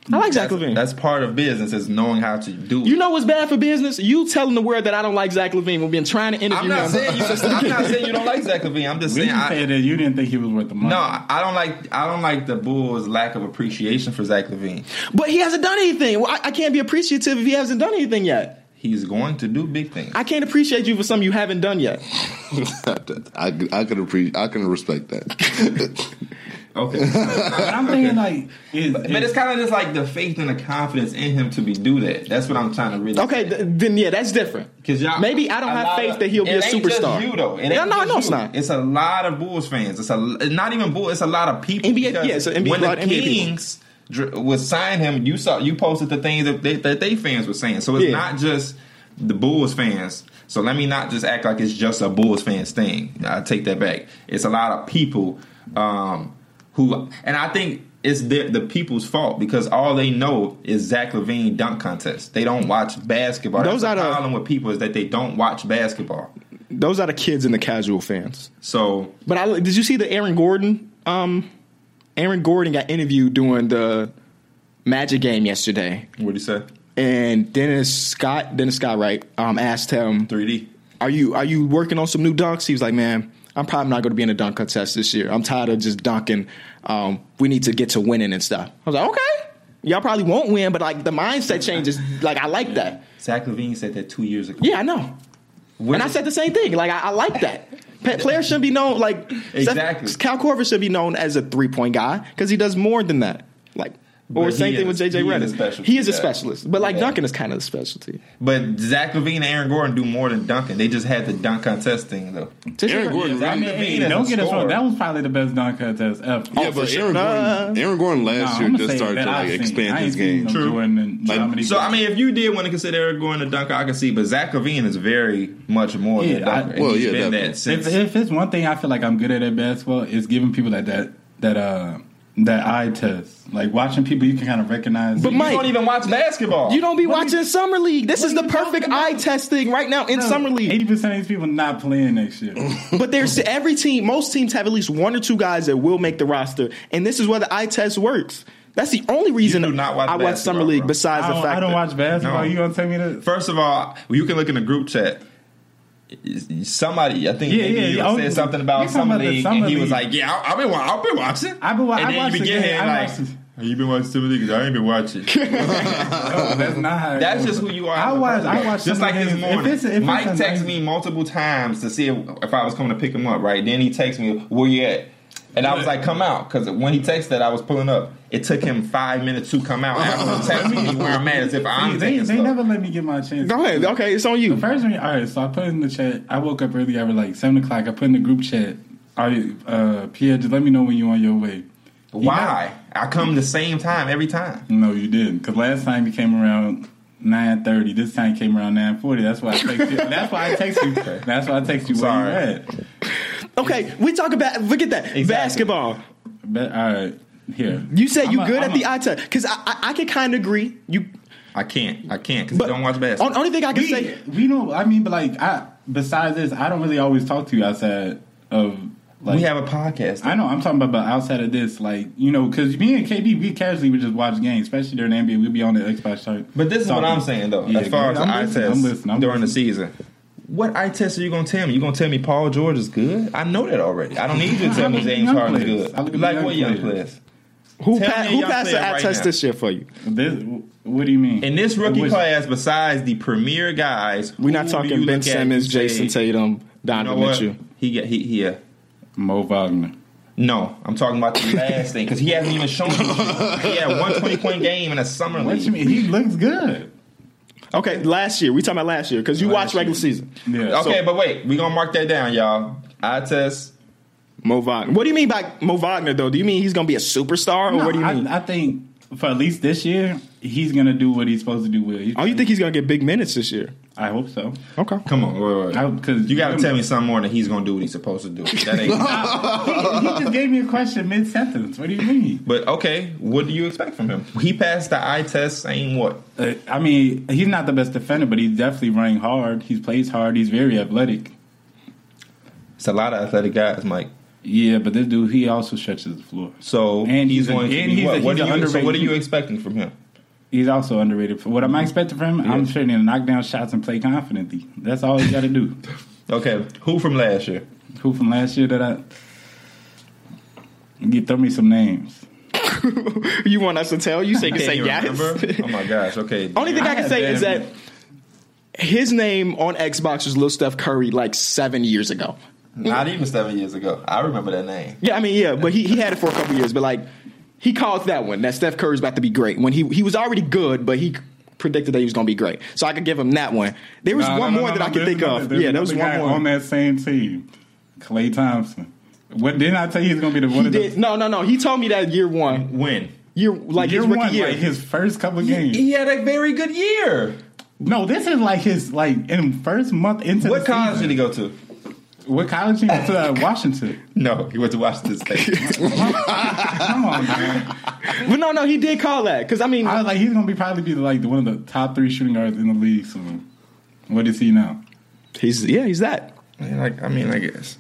[SPEAKER 1] I like Zach
[SPEAKER 3] That's,
[SPEAKER 1] Levine.
[SPEAKER 3] that's part of business is knowing how to do. it.
[SPEAKER 1] you know what's bad for business? You telling the world that I don't like Zach Levine. We've been trying to interview
[SPEAKER 3] I'm not
[SPEAKER 1] him.
[SPEAKER 3] saying you. I'm not saying you don't like Zach Levine. I'm just
[SPEAKER 4] We
[SPEAKER 3] saying.
[SPEAKER 4] can
[SPEAKER 3] I,
[SPEAKER 4] say that you didn't think he was worth the money.
[SPEAKER 3] no, I don't like. I don't like the Bulls' lack of appreciation for Zach Levine.
[SPEAKER 1] but he hasn't done anything. Well, I, I can't be appreciative if he hasn't done anything yet.
[SPEAKER 3] He's going to do big things.
[SPEAKER 1] I can't appreciate you for something you haven't done yet.
[SPEAKER 2] I, I could appreciate. I can respect that.
[SPEAKER 3] Okay,
[SPEAKER 4] but I'm thinking like, is,
[SPEAKER 3] but it's kind of just like the faith and the confidence in him to be do that. That's what I'm trying to really.
[SPEAKER 1] Okay, th- then yeah, that's different.
[SPEAKER 3] Because y'all,
[SPEAKER 1] Maybe I don't
[SPEAKER 3] a
[SPEAKER 1] have
[SPEAKER 3] lot
[SPEAKER 1] faith that he'll be
[SPEAKER 3] it
[SPEAKER 1] a
[SPEAKER 3] ain't just
[SPEAKER 1] superstar.
[SPEAKER 3] you though, it
[SPEAKER 1] No,
[SPEAKER 3] ain't
[SPEAKER 1] no,
[SPEAKER 3] just
[SPEAKER 1] no, it's
[SPEAKER 3] you.
[SPEAKER 1] not.
[SPEAKER 3] It's a lot of Bulls fans. It's a not even Bulls. It's a lot of people.
[SPEAKER 1] NBA
[SPEAKER 3] because
[SPEAKER 1] yeah, it's a NBA
[SPEAKER 3] when the
[SPEAKER 1] lot of NBA people.
[SPEAKER 3] Kings dr- was signing him, you saw you posted the things that they, that they fans were saying. So it's
[SPEAKER 1] Yeah.
[SPEAKER 3] not just the Bulls fans. So let me not just act like it's just a Bulls fans thing. I take that back. It's a lot of people um, who, and I think. It's the, the people's fault because all they know is Zach Levine dunk contest. They don't watch basketball.
[SPEAKER 1] Those
[SPEAKER 3] That's
[SPEAKER 1] are the-
[SPEAKER 3] problem problem with people is that they don't watch basketball.
[SPEAKER 1] Those are the kids and the casual fans.
[SPEAKER 3] So
[SPEAKER 1] But I did you see the Aaron Gordon? Um, Aaron Gordon got interviewed during the Magic game yesterday,
[SPEAKER 3] what do you say?
[SPEAKER 1] and Dennis Scott, Dennis Scott, right? Um, asked him,
[SPEAKER 3] 3D.
[SPEAKER 1] "Are you are you working on some new dunks?" He was like, "Man, I'm probably not going to be in a dunk contest this year. I'm tired of just dunking. Um, we need to get to winning and stuff." I was like, "Okay." Y'all probably won't win, but like the mindset changes. Like I like that.
[SPEAKER 3] Zach Levine said that two years ago.
[SPEAKER 1] Yeah, I know.
[SPEAKER 3] Where
[SPEAKER 1] And I
[SPEAKER 3] did-
[SPEAKER 1] said the same thing. Like I, I like that. Pa- Players should be known like
[SPEAKER 3] Exactly.
[SPEAKER 1] Seth- Cal Corver should be known as a three point guy because he does more than that. Like or
[SPEAKER 3] But
[SPEAKER 1] same
[SPEAKER 3] he
[SPEAKER 1] thing
[SPEAKER 3] is-
[SPEAKER 1] with JJ
[SPEAKER 3] he is a
[SPEAKER 1] Redick.
[SPEAKER 3] specialty
[SPEAKER 1] He is a
[SPEAKER 3] guy.
[SPEAKER 1] specialist, but like
[SPEAKER 3] Yeah.
[SPEAKER 1] Duncan is kind of a specialty.
[SPEAKER 3] but Zach Levine and Aaron Gordon do more than dunking. They just had the dunk contest thing though.
[SPEAKER 2] Aaron Gordon.
[SPEAKER 3] Zach
[SPEAKER 2] really-
[SPEAKER 3] Levine
[SPEAKER 4] Hey,
[SPEAKER 3] is
[SPEAKER 4] don't
[SPEAKER 3] a
[SPEAKER 4] get us wrong.
[SPEAKER 3] scorer.
[SPEAKER 4] That was probably the best dunk contest ever.
[SPEAKER 2] yeah, but Aaron Gordon. Aaron Gordon last year just started to like expand his game.
[SPEAKER 4] True. Jordan and
[SPEAKER 2] Like,
[SPEAKER 4] Dominique
[SPEAKER 3] So I mean, if you did want to consider Aaron Gordon a dunker, I can see. But Zach Levine is very much more than a
[SPEAKER 4] Yeah, I-
[SPEAKER 3] dunker. and
[SPEAKER 2] Well,
[SPEAKER 3] he's
[SPEAKER 2] yeah,
[SPEAKER 3] been
[SPEAKER 2] definitely.
[SPEAKER 3] that since.
[SPEAKER 4] if, if it's one thing I feel like I'm good at at basketball, it's giving people like that that uh that eye test, like watching people you can kind of recognize.
[SPEAKER 1] But
[SPEAKER 4] You-
[SPEAKER 1] Mike,
[SPEAKER 3] you don't even watch basketball.
[SPEAKER 1] you don't be
[SPEAKER 4] What are you-
[SPEAKER 1] watching summer league. This is
[SPEAKER 4] are
[SPEAKER 1] the
[SPEAKER 4] you
[SPEAKER 1] perfect
[SPEAKER 4] talking about?
[SPEAKER 1] eye test thing right now in summer league.
[SPEAKER 4] eighty percent of these people not playing next year.
[SPEAKER 1] But there's every team. Most teams have at least one or two guys that will make the roster, and this is where the eye test works. That's the only reason
[SPEAKER 3] do not watch
[SPEAKER 1] I watch summer
[SPEAKER 3] basketball,
[SPEAKER 1] league.
[SPEAKER 3] bro.
[SPEAKER 1] Besides
[SPEAKER 4] I
[SPEAKER 1] the
[SPEAKER 4] don't,
[SPEAKER 1] fact
[SPEAKER 4] I don't
[SPEAKER 1] that-
[SPEAKER 4] watch basketball.
[SPEAKER 3] No.
[SPEAKER 4] You gonna tell me that?
[SPEAKER 3] First of all, you can look in the group chat. somebody, I think
[SPEAKER 4] Yeah,
[SPEAKER 3] maybe
[SPEAKER 4] yeah,
[SPEAKER 3] you
[SPEAKER 4] yeah.
[SPEAKER 3] said
[SPEAKER 4] Oh,
[SPEAKER 3] something
[SPEAKER 4] we
[SPEAKER 3] about
[SPEAKER 4] talking
[SPEAKER 3] summer
[SPEAKER 4] about the
[SPEAKER 3] league,
[SPEAKER 4] summer
[SPEAKER 3] and he was
[SPEAKER 4] league.
[SPEAKER 3] like, "Yeah, I- I've been, wa- I've been watching.
[SPEAKER 4] I've been wa-
[SPEAKER 3] And
[SPEAKER 4] I
[SPEAKER 3] then
[SPEAKER 4] watched
[SPEAKER 3] you
[SPEAKER 4] the
[SPEAKER 3] begin
[SPEAKER 4] game.
[SPEAKER 3] here
[SPEAKER 4] I
[SPEAKER 3] like,
[SPEAKER 4] watched it.
[SPEAKER 3] "You been watching summer league? 'Cause I ain't been watching."
[SPEAKER 4] No, Oh, that's not how it
[SPEAKER 3] That's
[SPEAKER 4] goes.
[SPEAKER 3] just who you are.
[SPEAKER 4] I watch. I
[SPEAKER 3] Just
[SPEAKER 4] watch. some
[SPEAKER 3] like this
[SPEAKER 4] games.
[SPEAKER 3] morning.
[SPEAKER 4] If it's, if
[SPEAKER 3] Mike
[SPEAKER 4] it's a
[SPEAKER 3] texted
[SPEAKER 4] nice-
[SPEAKER 3] me multiple times to see if, if I was coming to pick him up. Right then, he texted me, "Where you at?" And I was like, "Come out," because when he texted, I was pulling up. It took him five minutes to come out after he texted me where I'm at, as if I'm
[SPEAKER 4] They,
[SPEAKER 3] taking
[SPEAKER 4] they
[SPEAKER 3] stuff.
[SPEAKER 4] never let me get my chance.
[SPEAKER 1] Go ahead. Okay, it's on you.
[SPEAKER 4] First, thing- all right. So I put in the chat. I woke up early. I was like seven o'clock. I put in the group chat. Are you, uh, Pierre? Just let me know when you're on your way.
[SPEAKER 3] Why? I come the same time every time.
[SPEAKER 4] No, you didn't. Because last time you came around nine thirty. This time you came around nine forty. That's why I text you. That's why I text you. That's why I text you.
[SPEAKER 3] Sorry.
[SPEAKER 4] Where you at?
[SPEAKER 1] Okay, we talk about look at that basketball.
[SPEAKER 4] But, all right. Here.
[SPEAKER 1] You said you
[SPEAKER 4] I'm a-
[SPEAKER 1] good
[SPEAKER 4] I'm
[SPEAKER 1] at the
[SPEAKER 4] a-
[SPEAKER 1] eye test because I, I I can kind of agree. You
[SPEAKER 3] I can't. I can't because
[SPEAKER 1] but
[SPEAKER 3] I don't watch basketball.
[SPEAKER 1] on- Only thing I can
[SPEAKER 4] we,
[SPEAKER 1] say.
[SPEAKER 4] we don't. I mean, but like, I besides this, I don't really always talk to you outside of like.
[SPEAKER 3] we have a podcast.
[SPEAKER 4] I know. I'm talking about, but outside of this, like you know, because me and KD, we casually would just watch games, especially during the NBA. We'd be on the Xbox chart.
[SPEAKER 3] But this is what
[SPEAKER 4] Talking.
[SPEAKER 3] I'm saying though.
[SPEAKER 4] Yeah,
[SPEAKER 3] as far as
[SPEAKER 4] I'm
[SPEAKER 3] the eye
[SPEAKER 4] listening,
[SPEAKER 3] test
[SPEAKER 4] I'm listening, I'm
[SPEAKER 3] during the
[SPEAKER 4] listening.
[SPEAKER 3] season, what eye test are you gonna tell me? You gonna tell me Paul George is good? I know that already. I don't need you to tell me James
[SPEAKER 4] Young
[SPEAKER 3] Harden's
[SPEAKER 4] players.
[SPEAKER 3] good.
[SPEAKER 4] I look at
[SPEAKER 3] Like
[SPEAKER 4] young
[SPEAKER 3] what young
[SPEAKER 4] players.
[SPEAKER 3] players?
[SPEAKER 1] Who,
[SPEAKER 3] Tell
[SPEAKER 1] pa-
[SPEAKER 3] me a
[SPEAKER 1] who
[SPEAKER 3] young
[SPEAKER 1] passed the
[SPEAKER 3] player
[SPEAKER 1] eye
[SPEAKER 3] right
[SPEAKER 1] test
[SPEAKER 3] now.
[SPEAKER 1] this year for you?
[SPEAKER 4] This, what do you mean?
[SPEAKER 3] In this rookie
[SPEAKER 4] Which-
[SPEAKER 3] class, besides the premier guys,
[SPEAKER 1] We're not
[SPEAKER 3] who do
[SPEAKER 1] talking
[SPEAKER 3] you
[SPEAKER 1] Ben
[SPEAKER 3] look at
[SPEAKER 1] Simmons,
[SPEAKER 3] and say,
[SPEAKER 1] Jason Tatum,
[SPEAKER 3] You know
[SPEAKER 1] Donovan
[SPEAKER 3] what?
[SPEAKER 1] Mitchell.
[SPEAKER 3] He get he he. Uh,
[SPEAKER 4] Mo Wagner.
[SPEAKER 3] no, I'm talking about the last thing because he hasn't even shown. me. He had one 20 point game in a summer
[SPEAKER 4] What you
[SPEAKER 3] league.
[SPEAKER 4] mean? He looks good.
[SPEAKER 1] Okay, last year. We talking about last year because you watched
[SPEAKER 3] Last
[SPEAKER 1] regular
[SPEAKER 3] year.
[SPEAKER 1] season.
[SPEAKER 4] Yeah.
[SPEAKER 3] Okay, but wait, we gonna mark that down, y'all. Eye test.
[SPEAKER 1] Mo Wagner. What do you mean by Mo Wagner though? Do you mean he's gonna be a superstar or what do you
[SPEAKER 4] I,
[SPEAKER 1] mean?
[SPEAKER 4] I think for at least this year, he's gonna do what he's supposed to do. With. He's-
[SPEAKER 1] oh, you think he's gonna get big minutes this year?
[SPEAKER 4] I hope so.
[SPEAKER 1] Okay.
[SPEAKER 3] Come on, wait, wait.
[SPEAKER 4] Because
[SPEAKER 3] You gotta tell me something more than he's gonna do what he's supposed to do. That ain't.
[SPEAKER 4] he, he just gave me a question mid sentence. What do you mean?
[SPEAKER 3] but okay, what do you expect from him? He passed the eye test saying what?
[SPEAKER 4] Uh, I mean, he's not the best defender, but he's definitely running hard. He plays hard. He's very athletic.
[SPEAKER 3] It's a lot of athletic guys, Mike.
[SPEAKER 4] Yeah, but this dude, he also stretches the floor.
[SPEAKER 3] So
[SPEAKER 4] And he's a-
[SPEAKER 3] going to
[SPEAKER 4] and
[SPEAKER 3] be
[SPEAKER 4] he's a-
[SPEAKER 3] what?
[SPEAKER 4] he's
[SPEAKER 3] what,
[SPEAKER 4] a
[SPEAKER 3] do you, so
[SPEAKER 4] underrated-
[SPEAKER 3] what are you expecting from him?
[SPEAKER 4] He's also underrated. For what am I expecting from him? I'm sure he's gonna knock down shots and play confidently. That's all you got to do.
[SPEAKER 3] Okay, who from last year?
[SPEAKER 4] Who from last year that I you throw me some names?
[SPEAKER 1] You want us to tell you so you can say
[SPEAKER 3] you
[SPEAKER 1] yes?
[SPEAKER 3] remember? Oh my gosh. Okay.
[SPEAKER 1] Only thing I, can
[SPEAKER 4] had
[SPEAKER 1] say
[SPEAKER 4] damn
[SPEAKER 1] is that his name on Xbox was Lil Steph Curry like seven years ago.
[SPEAKER 3] not even seven years ago. I remember that name.
[SPEAKER 1] Yeah, I mean, yeah, but he, he had it for a couple years. But like, he called that one that Steph Curry's about to be great when he he was already good, but he predicted that he was going to be great. So I could give him that one. There was
[SPEAKER 4] Nah,
[SPEAKER 1] one
[SPEAKER 4] no, no,
[SPEAKER 1] more
[SPEAKER 4] no,
[SPEAKER 1] that
[SPEAKER 4] no,
[SPEAKER 1] I could
[SPEAKER 4] there's
[SPEAKER 1] think
[SPEAKER 4] another-
[SPEAKER 1] of.
[SPEAKER 4] there's
[SPEAKER 1] Yeah, there was
[SPEAKER 4] another
[SPEAKER 1] one
[SPEAKER 4] guy
[SPEAKER 1] more.
[SPEAKER 4] on that same team, Clay Thompson. What didn't I tell you he's gonna be the one
[SPEAKER 1] He
[SPEAKER 4] of the
[SPEAKER 1] did, no, no, no. He told me that year one,
[SPEAKER 3] When?
[SPEAKER 1] year like
[SPEAKER 4] year
[SPEAKER 1] his rookie
[SPEAKER 4] one,
[SPEAKER 1] year.
[SPEAKER 4] like his first couple games?
[SPEAKER 3] He had a very good year.
[SPEAKER 4] No, this is like his like in first month into
[SPEAKER 3] What
[SPEAKER 4] the
[SPEAKER 3] college
[SPEAKER 4] season.
[SPEAKER 3] did he go to?
[SPEAKER 4] What college did he go to? Uh, Washington.
[SPEAKER 3] No, he went to Washington State.
[SPEAKER 4] Come on, man.
[SPEAKER 1] but no, no, he did call that because I mean,
[SPEAKER 4] I was like, he's gonna be probably be like one of the top three shooting guards in the league soon. What is he now?
[SPEAKER 1] he's yeah, he's that.
[SPEAKER 3] Yeah, like I mean, I guess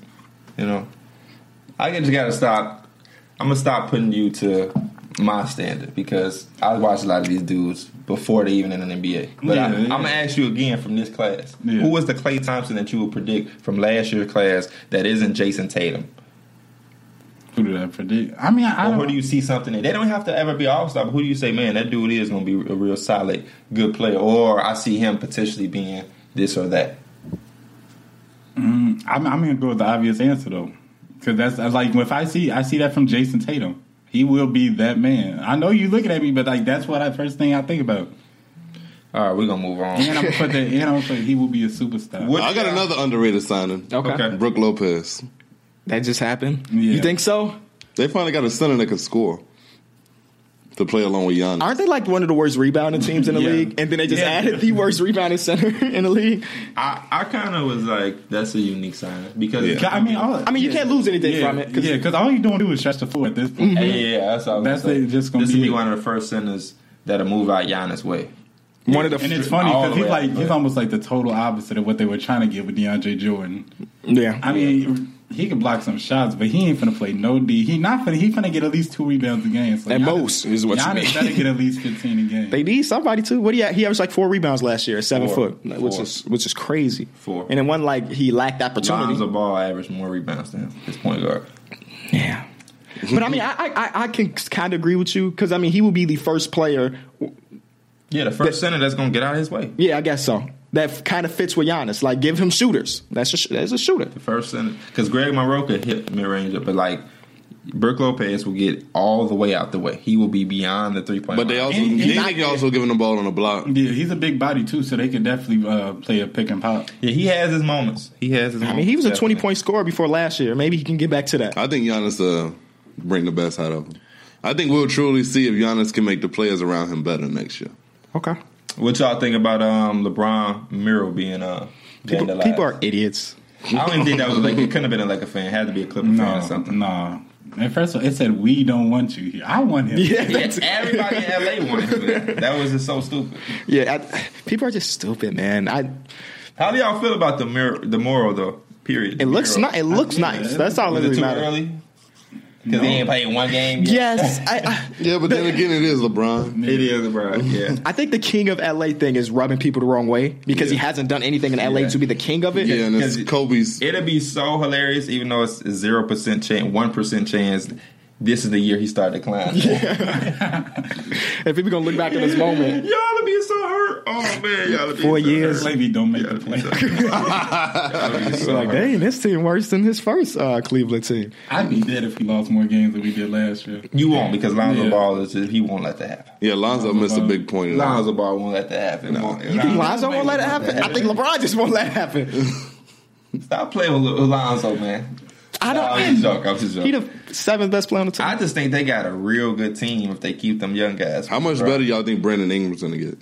[SPEAKER 3] you know, I just gotta stop. I'm gonna stop putting you to my standard because I watch a lot of these dudes before they even in an NBA. But I,
[SPEAKER 4] Yeah, yeah.
[SPEAKER 3] I'm gonna ask you again from this class:
[SPEAKER 4] Yeah.
[SPEAKER 3] Who was the Clay Thompson that you would predict from last year's class that isn't Jason Tatum?
[SPEAKER 4] Who did I predict? I mean, I, I
[SPEAKER 3] Or
[SPEAKER 4] don't.
[SPEAKER 3] who do you see something in? They don't have to ever be all star. But who do you say, man, that dude is gonna be a real solid, good player? Or I see him potentially being this or that.
[SPEAKER 4] I'm, I'm gonna go with the obvious answer though, because that's I like if I see I see that from Jason Tatum, he will be that man. I know you looking at me, but like that's what I first thing I think about.
[SPEAKER 3] All right, we're gonna move on.
[SPEAKER 4] And I'm gonna put that. And I'm gonna say he will be a superstar.
[SPEAKER 3] What-
[SPEAKER 2] I got another underrated signing.
[SPEAKER 1] Okay.
[SPEAKER 3] Okay.
[SPEAKER 2] Brooke Lopez.
[SPEAKER 1] that just happened.
[SPEAKER 4] Yeah.
[SPEAKER 1] You think so?
[SPEAKER 2] They finally got a center that can score to play along with Giannis.
[SPEAKER 1] Aren't they like one of the worst rebounding teams in the
[SPEAKER 3] Yeah.
[SPEAKER 1] league? And then they just
[SPEAKER 3] Yeah.
[SPEAKER 1] added the worst rebounding center in the league.
[SPEAKER 3] I, I kind of was like, that's a unique sign because
[SPEAKER 2] Yeah.
[SPEAKER 4] I mean, all,
[SPEAKER 1] I mean, you can't lose anything
[SPEAKER 4] yeah,
[SPEAKER 1] from it. Mm-hmm. 'cause-
[SPEAKER 4] Yeah, because all you don't do is stretch the floor at this point.
[SPEAKER 3] Yeah, yeah, that's all.
[SPEAKER 4] That's it, just gonna
[SPEAKER 3] this
[SPEAKER 4] be
[SPEAKER 3] will be
[SPEAKER 4] it.
[SPEAKER 3] one of the first centers that'll move out Giannis' way.
[SPEAKER 1] One of the
[SPEAKER 4] And it's funny
[SPEAKER 3] All
[SPEAKER 4] because
[SPEAKER 3] the
[SPEAKER 4] he's
[SPEAKER 3] way
[SPEAKER 4] like
[SPEAKER 3] up,
[SPEAKER 4] he's
[SPEAKER 3] yeah.
[SPEAKER 4] almost like the total opposite of what they were trying to get with DeAndre Jordan.
[SPEAKER 1] yeah.
[SPEAKER 4] I mean, he can block some shots, but he ain't finna play no D. He not finna. He finna get at least two rebounds a game. So
[SPEAKER 1] At
[SPEAKER 4] Giannis-
[SPEAKER 1] most, is what you
[SPEAKER 4] Giannis
[SPEAKER 1] mean.
[SPEAKER 4] better get at least fifteen a game.
[SPEAKER 1] They need somebody too. What do you? He averaged like four rebounds last year at seven
[SPEAKER 3] Four.
[SPEAKER 1] foot, which
[SPEAKER 3] Four.
[SPEAKER 1] is which is crazy.
[SPEAKER 3] Four.
[SPEAKER 1] And then one like he lacked opportunity.
[SPEAKER 3] Lonzo Ball averaged more rebounds than his point guard.
[SPEAKER 1] Yeah. but I mean, I I, I- I can kind of agree with you because I mean he would be the first player.
[SPEAKER 3] Yeah, the first center that's gonna get out of his way.
[SPEAKER 1] Yeah, I guess so. That kind of fits with Giannis. Like, give him shooters. That's a sh- that's a shooter.
[SPEAKER 3] The first center, because Greg Monroe could hit mid range, but like Brooke Lopez will get all the way out the way. He will be beyond the three point.
[SPEAKER 2] But they
[SPEAKER 3] line.
[SPEAKER 2] also
[SPEAKER 4] And he-
[SPEAKER 2] they,
[SPEAKER 4] he's
[SPEAKER 2] they can also give him the ball on the block.
[SPEAKER 4] Yeah, he's a big body too, so they can definitely uh, play a pick and pop.
[SPEAKER 3] yeah, he has his moments. He has his.
[SPEAKER 1] I mean, he was a twenty
[SPEAKER 3] definitely.
[SPEAKER 1] point scorer before last year. Maybe he can get back to that.
[SPEAKER 2] I think Giannis uh, bring the best out of him. I think we'll truly see if Giannis can make the players around him better next year.
[SPEAKER 1] Okay.
[SPEAKER 3] What y'all think about um LeBron Miro being uh
[SPEAKER 1] People,
[SPEAKER 3] vandalized?
[SPEAKER 1] people are idiots.
[SPEAKER 3] I don't even think that was like it couldn't have been a Laker fan. It had to be a Clipper fan
[SPEAKER 4] No,
[SPEAKER 3] or something.
[SPEAKER 4] no. And first of all, it said we don't want you here. I want him.
[SPEAKER 1] Yeah,
[SPEAKER 3] Yeah,
[SPEAKER 1] that's-
[SPEAKER 3] everybody in LA wanted him. there. That was just so stupid.
[SPEAKER 1] yeah. I, people are just stupid, man. I
[SPEAKER 3] How do y'all feel about the Miro, the Moro though? Period.
[SPEAKER 1] it looks
[SPEAKER 3] Miro.
[SPEAKER 1] not. It looks
[SPEAKER 4] yeah,
[SPEAKER 1] nice.
[SPEAKER 4] it-
[SPEAKER 1] That's all that
[SPEAKER 3] Was
[SPEAKER 1] really
[SPEAKER 3] it too
[SPEAKER 1] matters.
[SPEAKER 3] early? Because he ain't played one game. Yet.
[SPEAKER 1] Yes, I, I
[SPEAKER 2] Yeah, but then again, it is LeBron.
[SPEAKER 3] It is, bro. Yeah.
[SPEAKER 1] I think the king of LA thing is rubbing people the wrong way because he
[SPEAKER 3] Yeah.
[SPEAKER 1] hasn't done anything in LA
[SPEAKER 3] Yeah.
[SPEAKER 1] to be the king of it.
[SPEAKER 2] Yeah, and it's
[SPEAKER 3] 'Cause it-
[SPEAKER 2] Kobe's.
[SPEAKER 3] It'll be so hilarious, even though it's zero percent chance, one percent chance. This is the year he started to climb.
[SPEAKER 1] If people gonna look back at this moment,
[SPEAKER 3] Y'all be so hurt. Oh man, y'all be
[SPEAKER 1] Four
[SPEAKER 3] so
[SPEAKER 1] years.
[SPEAKER 3] hurt.
[SPEAKER 4] Maybe don't make the
[SPEAKER 3] Y'all be
[SPEAKER 4] play.
[SPEAKER 3] so- Y'all be so
[SPEAKER 1] like,
[SPEAKER 3] hurt.
[SPEAKER 1] dang, this team worse than his first uh, Cleveland team.
[SPEAKER 4] I'd be dead if he lost more games than we did last year.
[SPEAKER 3] You won't because Lonzo
[SPEAKER 4] Yeah.
[SPEAKER 3] Ball is just, he won't let that happen.
[SPEAKER 2] Yeah, Lonzo missed a big point. in that.
[SPEAKER 3] Lonzo Ball won't let that happen. Won't-
[SPEAKER 1] You think
[SPEAKER 3] Lonzo-
[SPEAKER 1] Lonzo won't let it happen? I think LeBron just won't let it happen.
[SPEAKER 3] Stop playing with Lil- Lonzo, man.
[SPEAKER 1] I
[SPEAKER 3] I'm just
[SPEAKER 1] don't.
[SPEAKER 3] joking. I'm just
[SPEAKER 1] He
[SPEAKER 3] joking.
[SPEAKER 1] the seventh best player on the team.
[SPEAKER 3] I just think they got a real good team if they keep them young guys.
[SPEAKER 2] How much
[SPEAKER 3] Bro,
[SPEAKER 2] better y'all think Brandon Ingram's gonna get?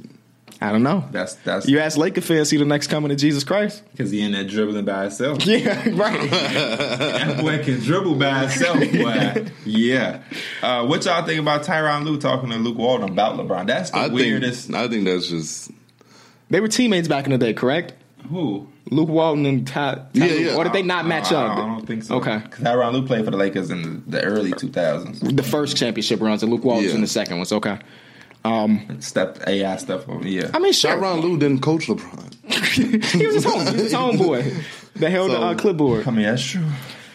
[SPEAKER 1] I don't know.
[SPEAKER 3] That's that's
[SPEAKER 1] You ask Laker fans, see the next coming of Jesus Christ?
[SPEAKER 3] because he in there dribbling by himself.
[SPEAKER 1] Yeah, right.
[SPEAKER 3] That boy can dribble by himself, boy. yeah. Uh, what y'all think about Tyron Lue talking to Luke Walton about LeBron? That's the
[SPEAKER 2] I
[SPEAKER 3] weirdest.
[SPEAKER 2] think. I think that's just.
[SPEAKER 1] they were teammates back in the day, correct?
[SPEAKER 3] Who? Uh,
[SPEAKER 1] Luke Walton and Ty. Ty
[SPEAKER 2] Yeah,
[SPEAKER 1] Lue.
[SPEAKER 2] yeah.
[SPEAKER 1] Or did they not match
[SPEAKER 3] I,
[SPEAKER 1] up?
[SPEAKER 3] I don't think so.
[SPEAKER 1] Okay.
[SPEAKER 3] 'Cause Tyron Lue played for the Lakers in the early 2000s.
[SPEAKER 1] The first championship runs, and Luke Walton's
[SPEAKER 2] Yeah.
[SPEAKER 1] in the second one. So okay.
[SPEAKER 3] Step AI stuff on yeah.
[SPEAKER 1] I mean, sure.
[SPEAKER 2] Tyronn Lue didn't coach LeBron.
[SPEAKER 1] he was his home. He was his homeboy. That held the
[SPEAKER 2] So-
[SPEAKER 1] uh, clipboard.
[SPEAKER 3] I mean that's true.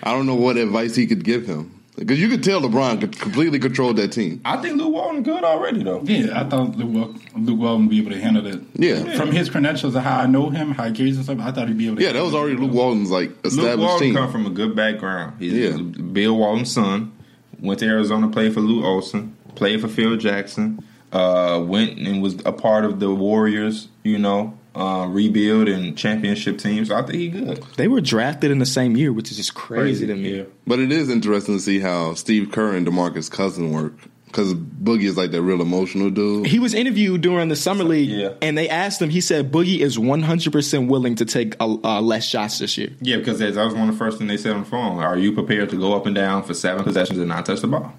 [SPEAKER 2] I don't know what advice he could give him because you could tell LeBron could completely controlled that team.
[SPEAKER 3] I think Lou Walton good already though.
[SPEAKER 4] Yeah, I thought Luke, Wel- Luke Walton would be able to handle that.
[SPEAKER 2] Yeah.
[SPEAKER 4] From his credentials of how I know him, how he carries himself, I thought he'd be able to
[SPEAKER 2] Yeah, that was already Luke Walton's like
[SPEAKER 3] Luke
[SPEAKER 2] established
[SPEAKER 3] Walton
[SPEAKER 2] team.
[SPEAKER 3] come from a good background. He's
[SPEAKER 2] Yeah.
[SPEAKER 3] Bill Walton's son. Went to Arizona, played for Lou Olson, played for Phil Jackson. Uh, went and was a part of the Warriors. You know, uh, rebuild and championship team. So I think he good.
[SPEAKER 1] They were drafted in the same year, which is just crazy, to me.
[SPEAKER 3] Yeah.
[SPEAKER 2] But it is interesting to see how Steve Kerr and DeMarcus Cousin work because Boogie is like that real emotional dude.
[SPEAKER 1] He was interviewed during the summer league,
[SPEAKER 3] Yeah.
[SPEAKER 1] and they asked him. He said Boogie is 100 percent willing to take uh, uh, less shots this year.
[SPEAKER 3] Yeah, because that that was one of the first things they said on the phone. Are you prepared to go up and down for seven possessions and not touch the ball?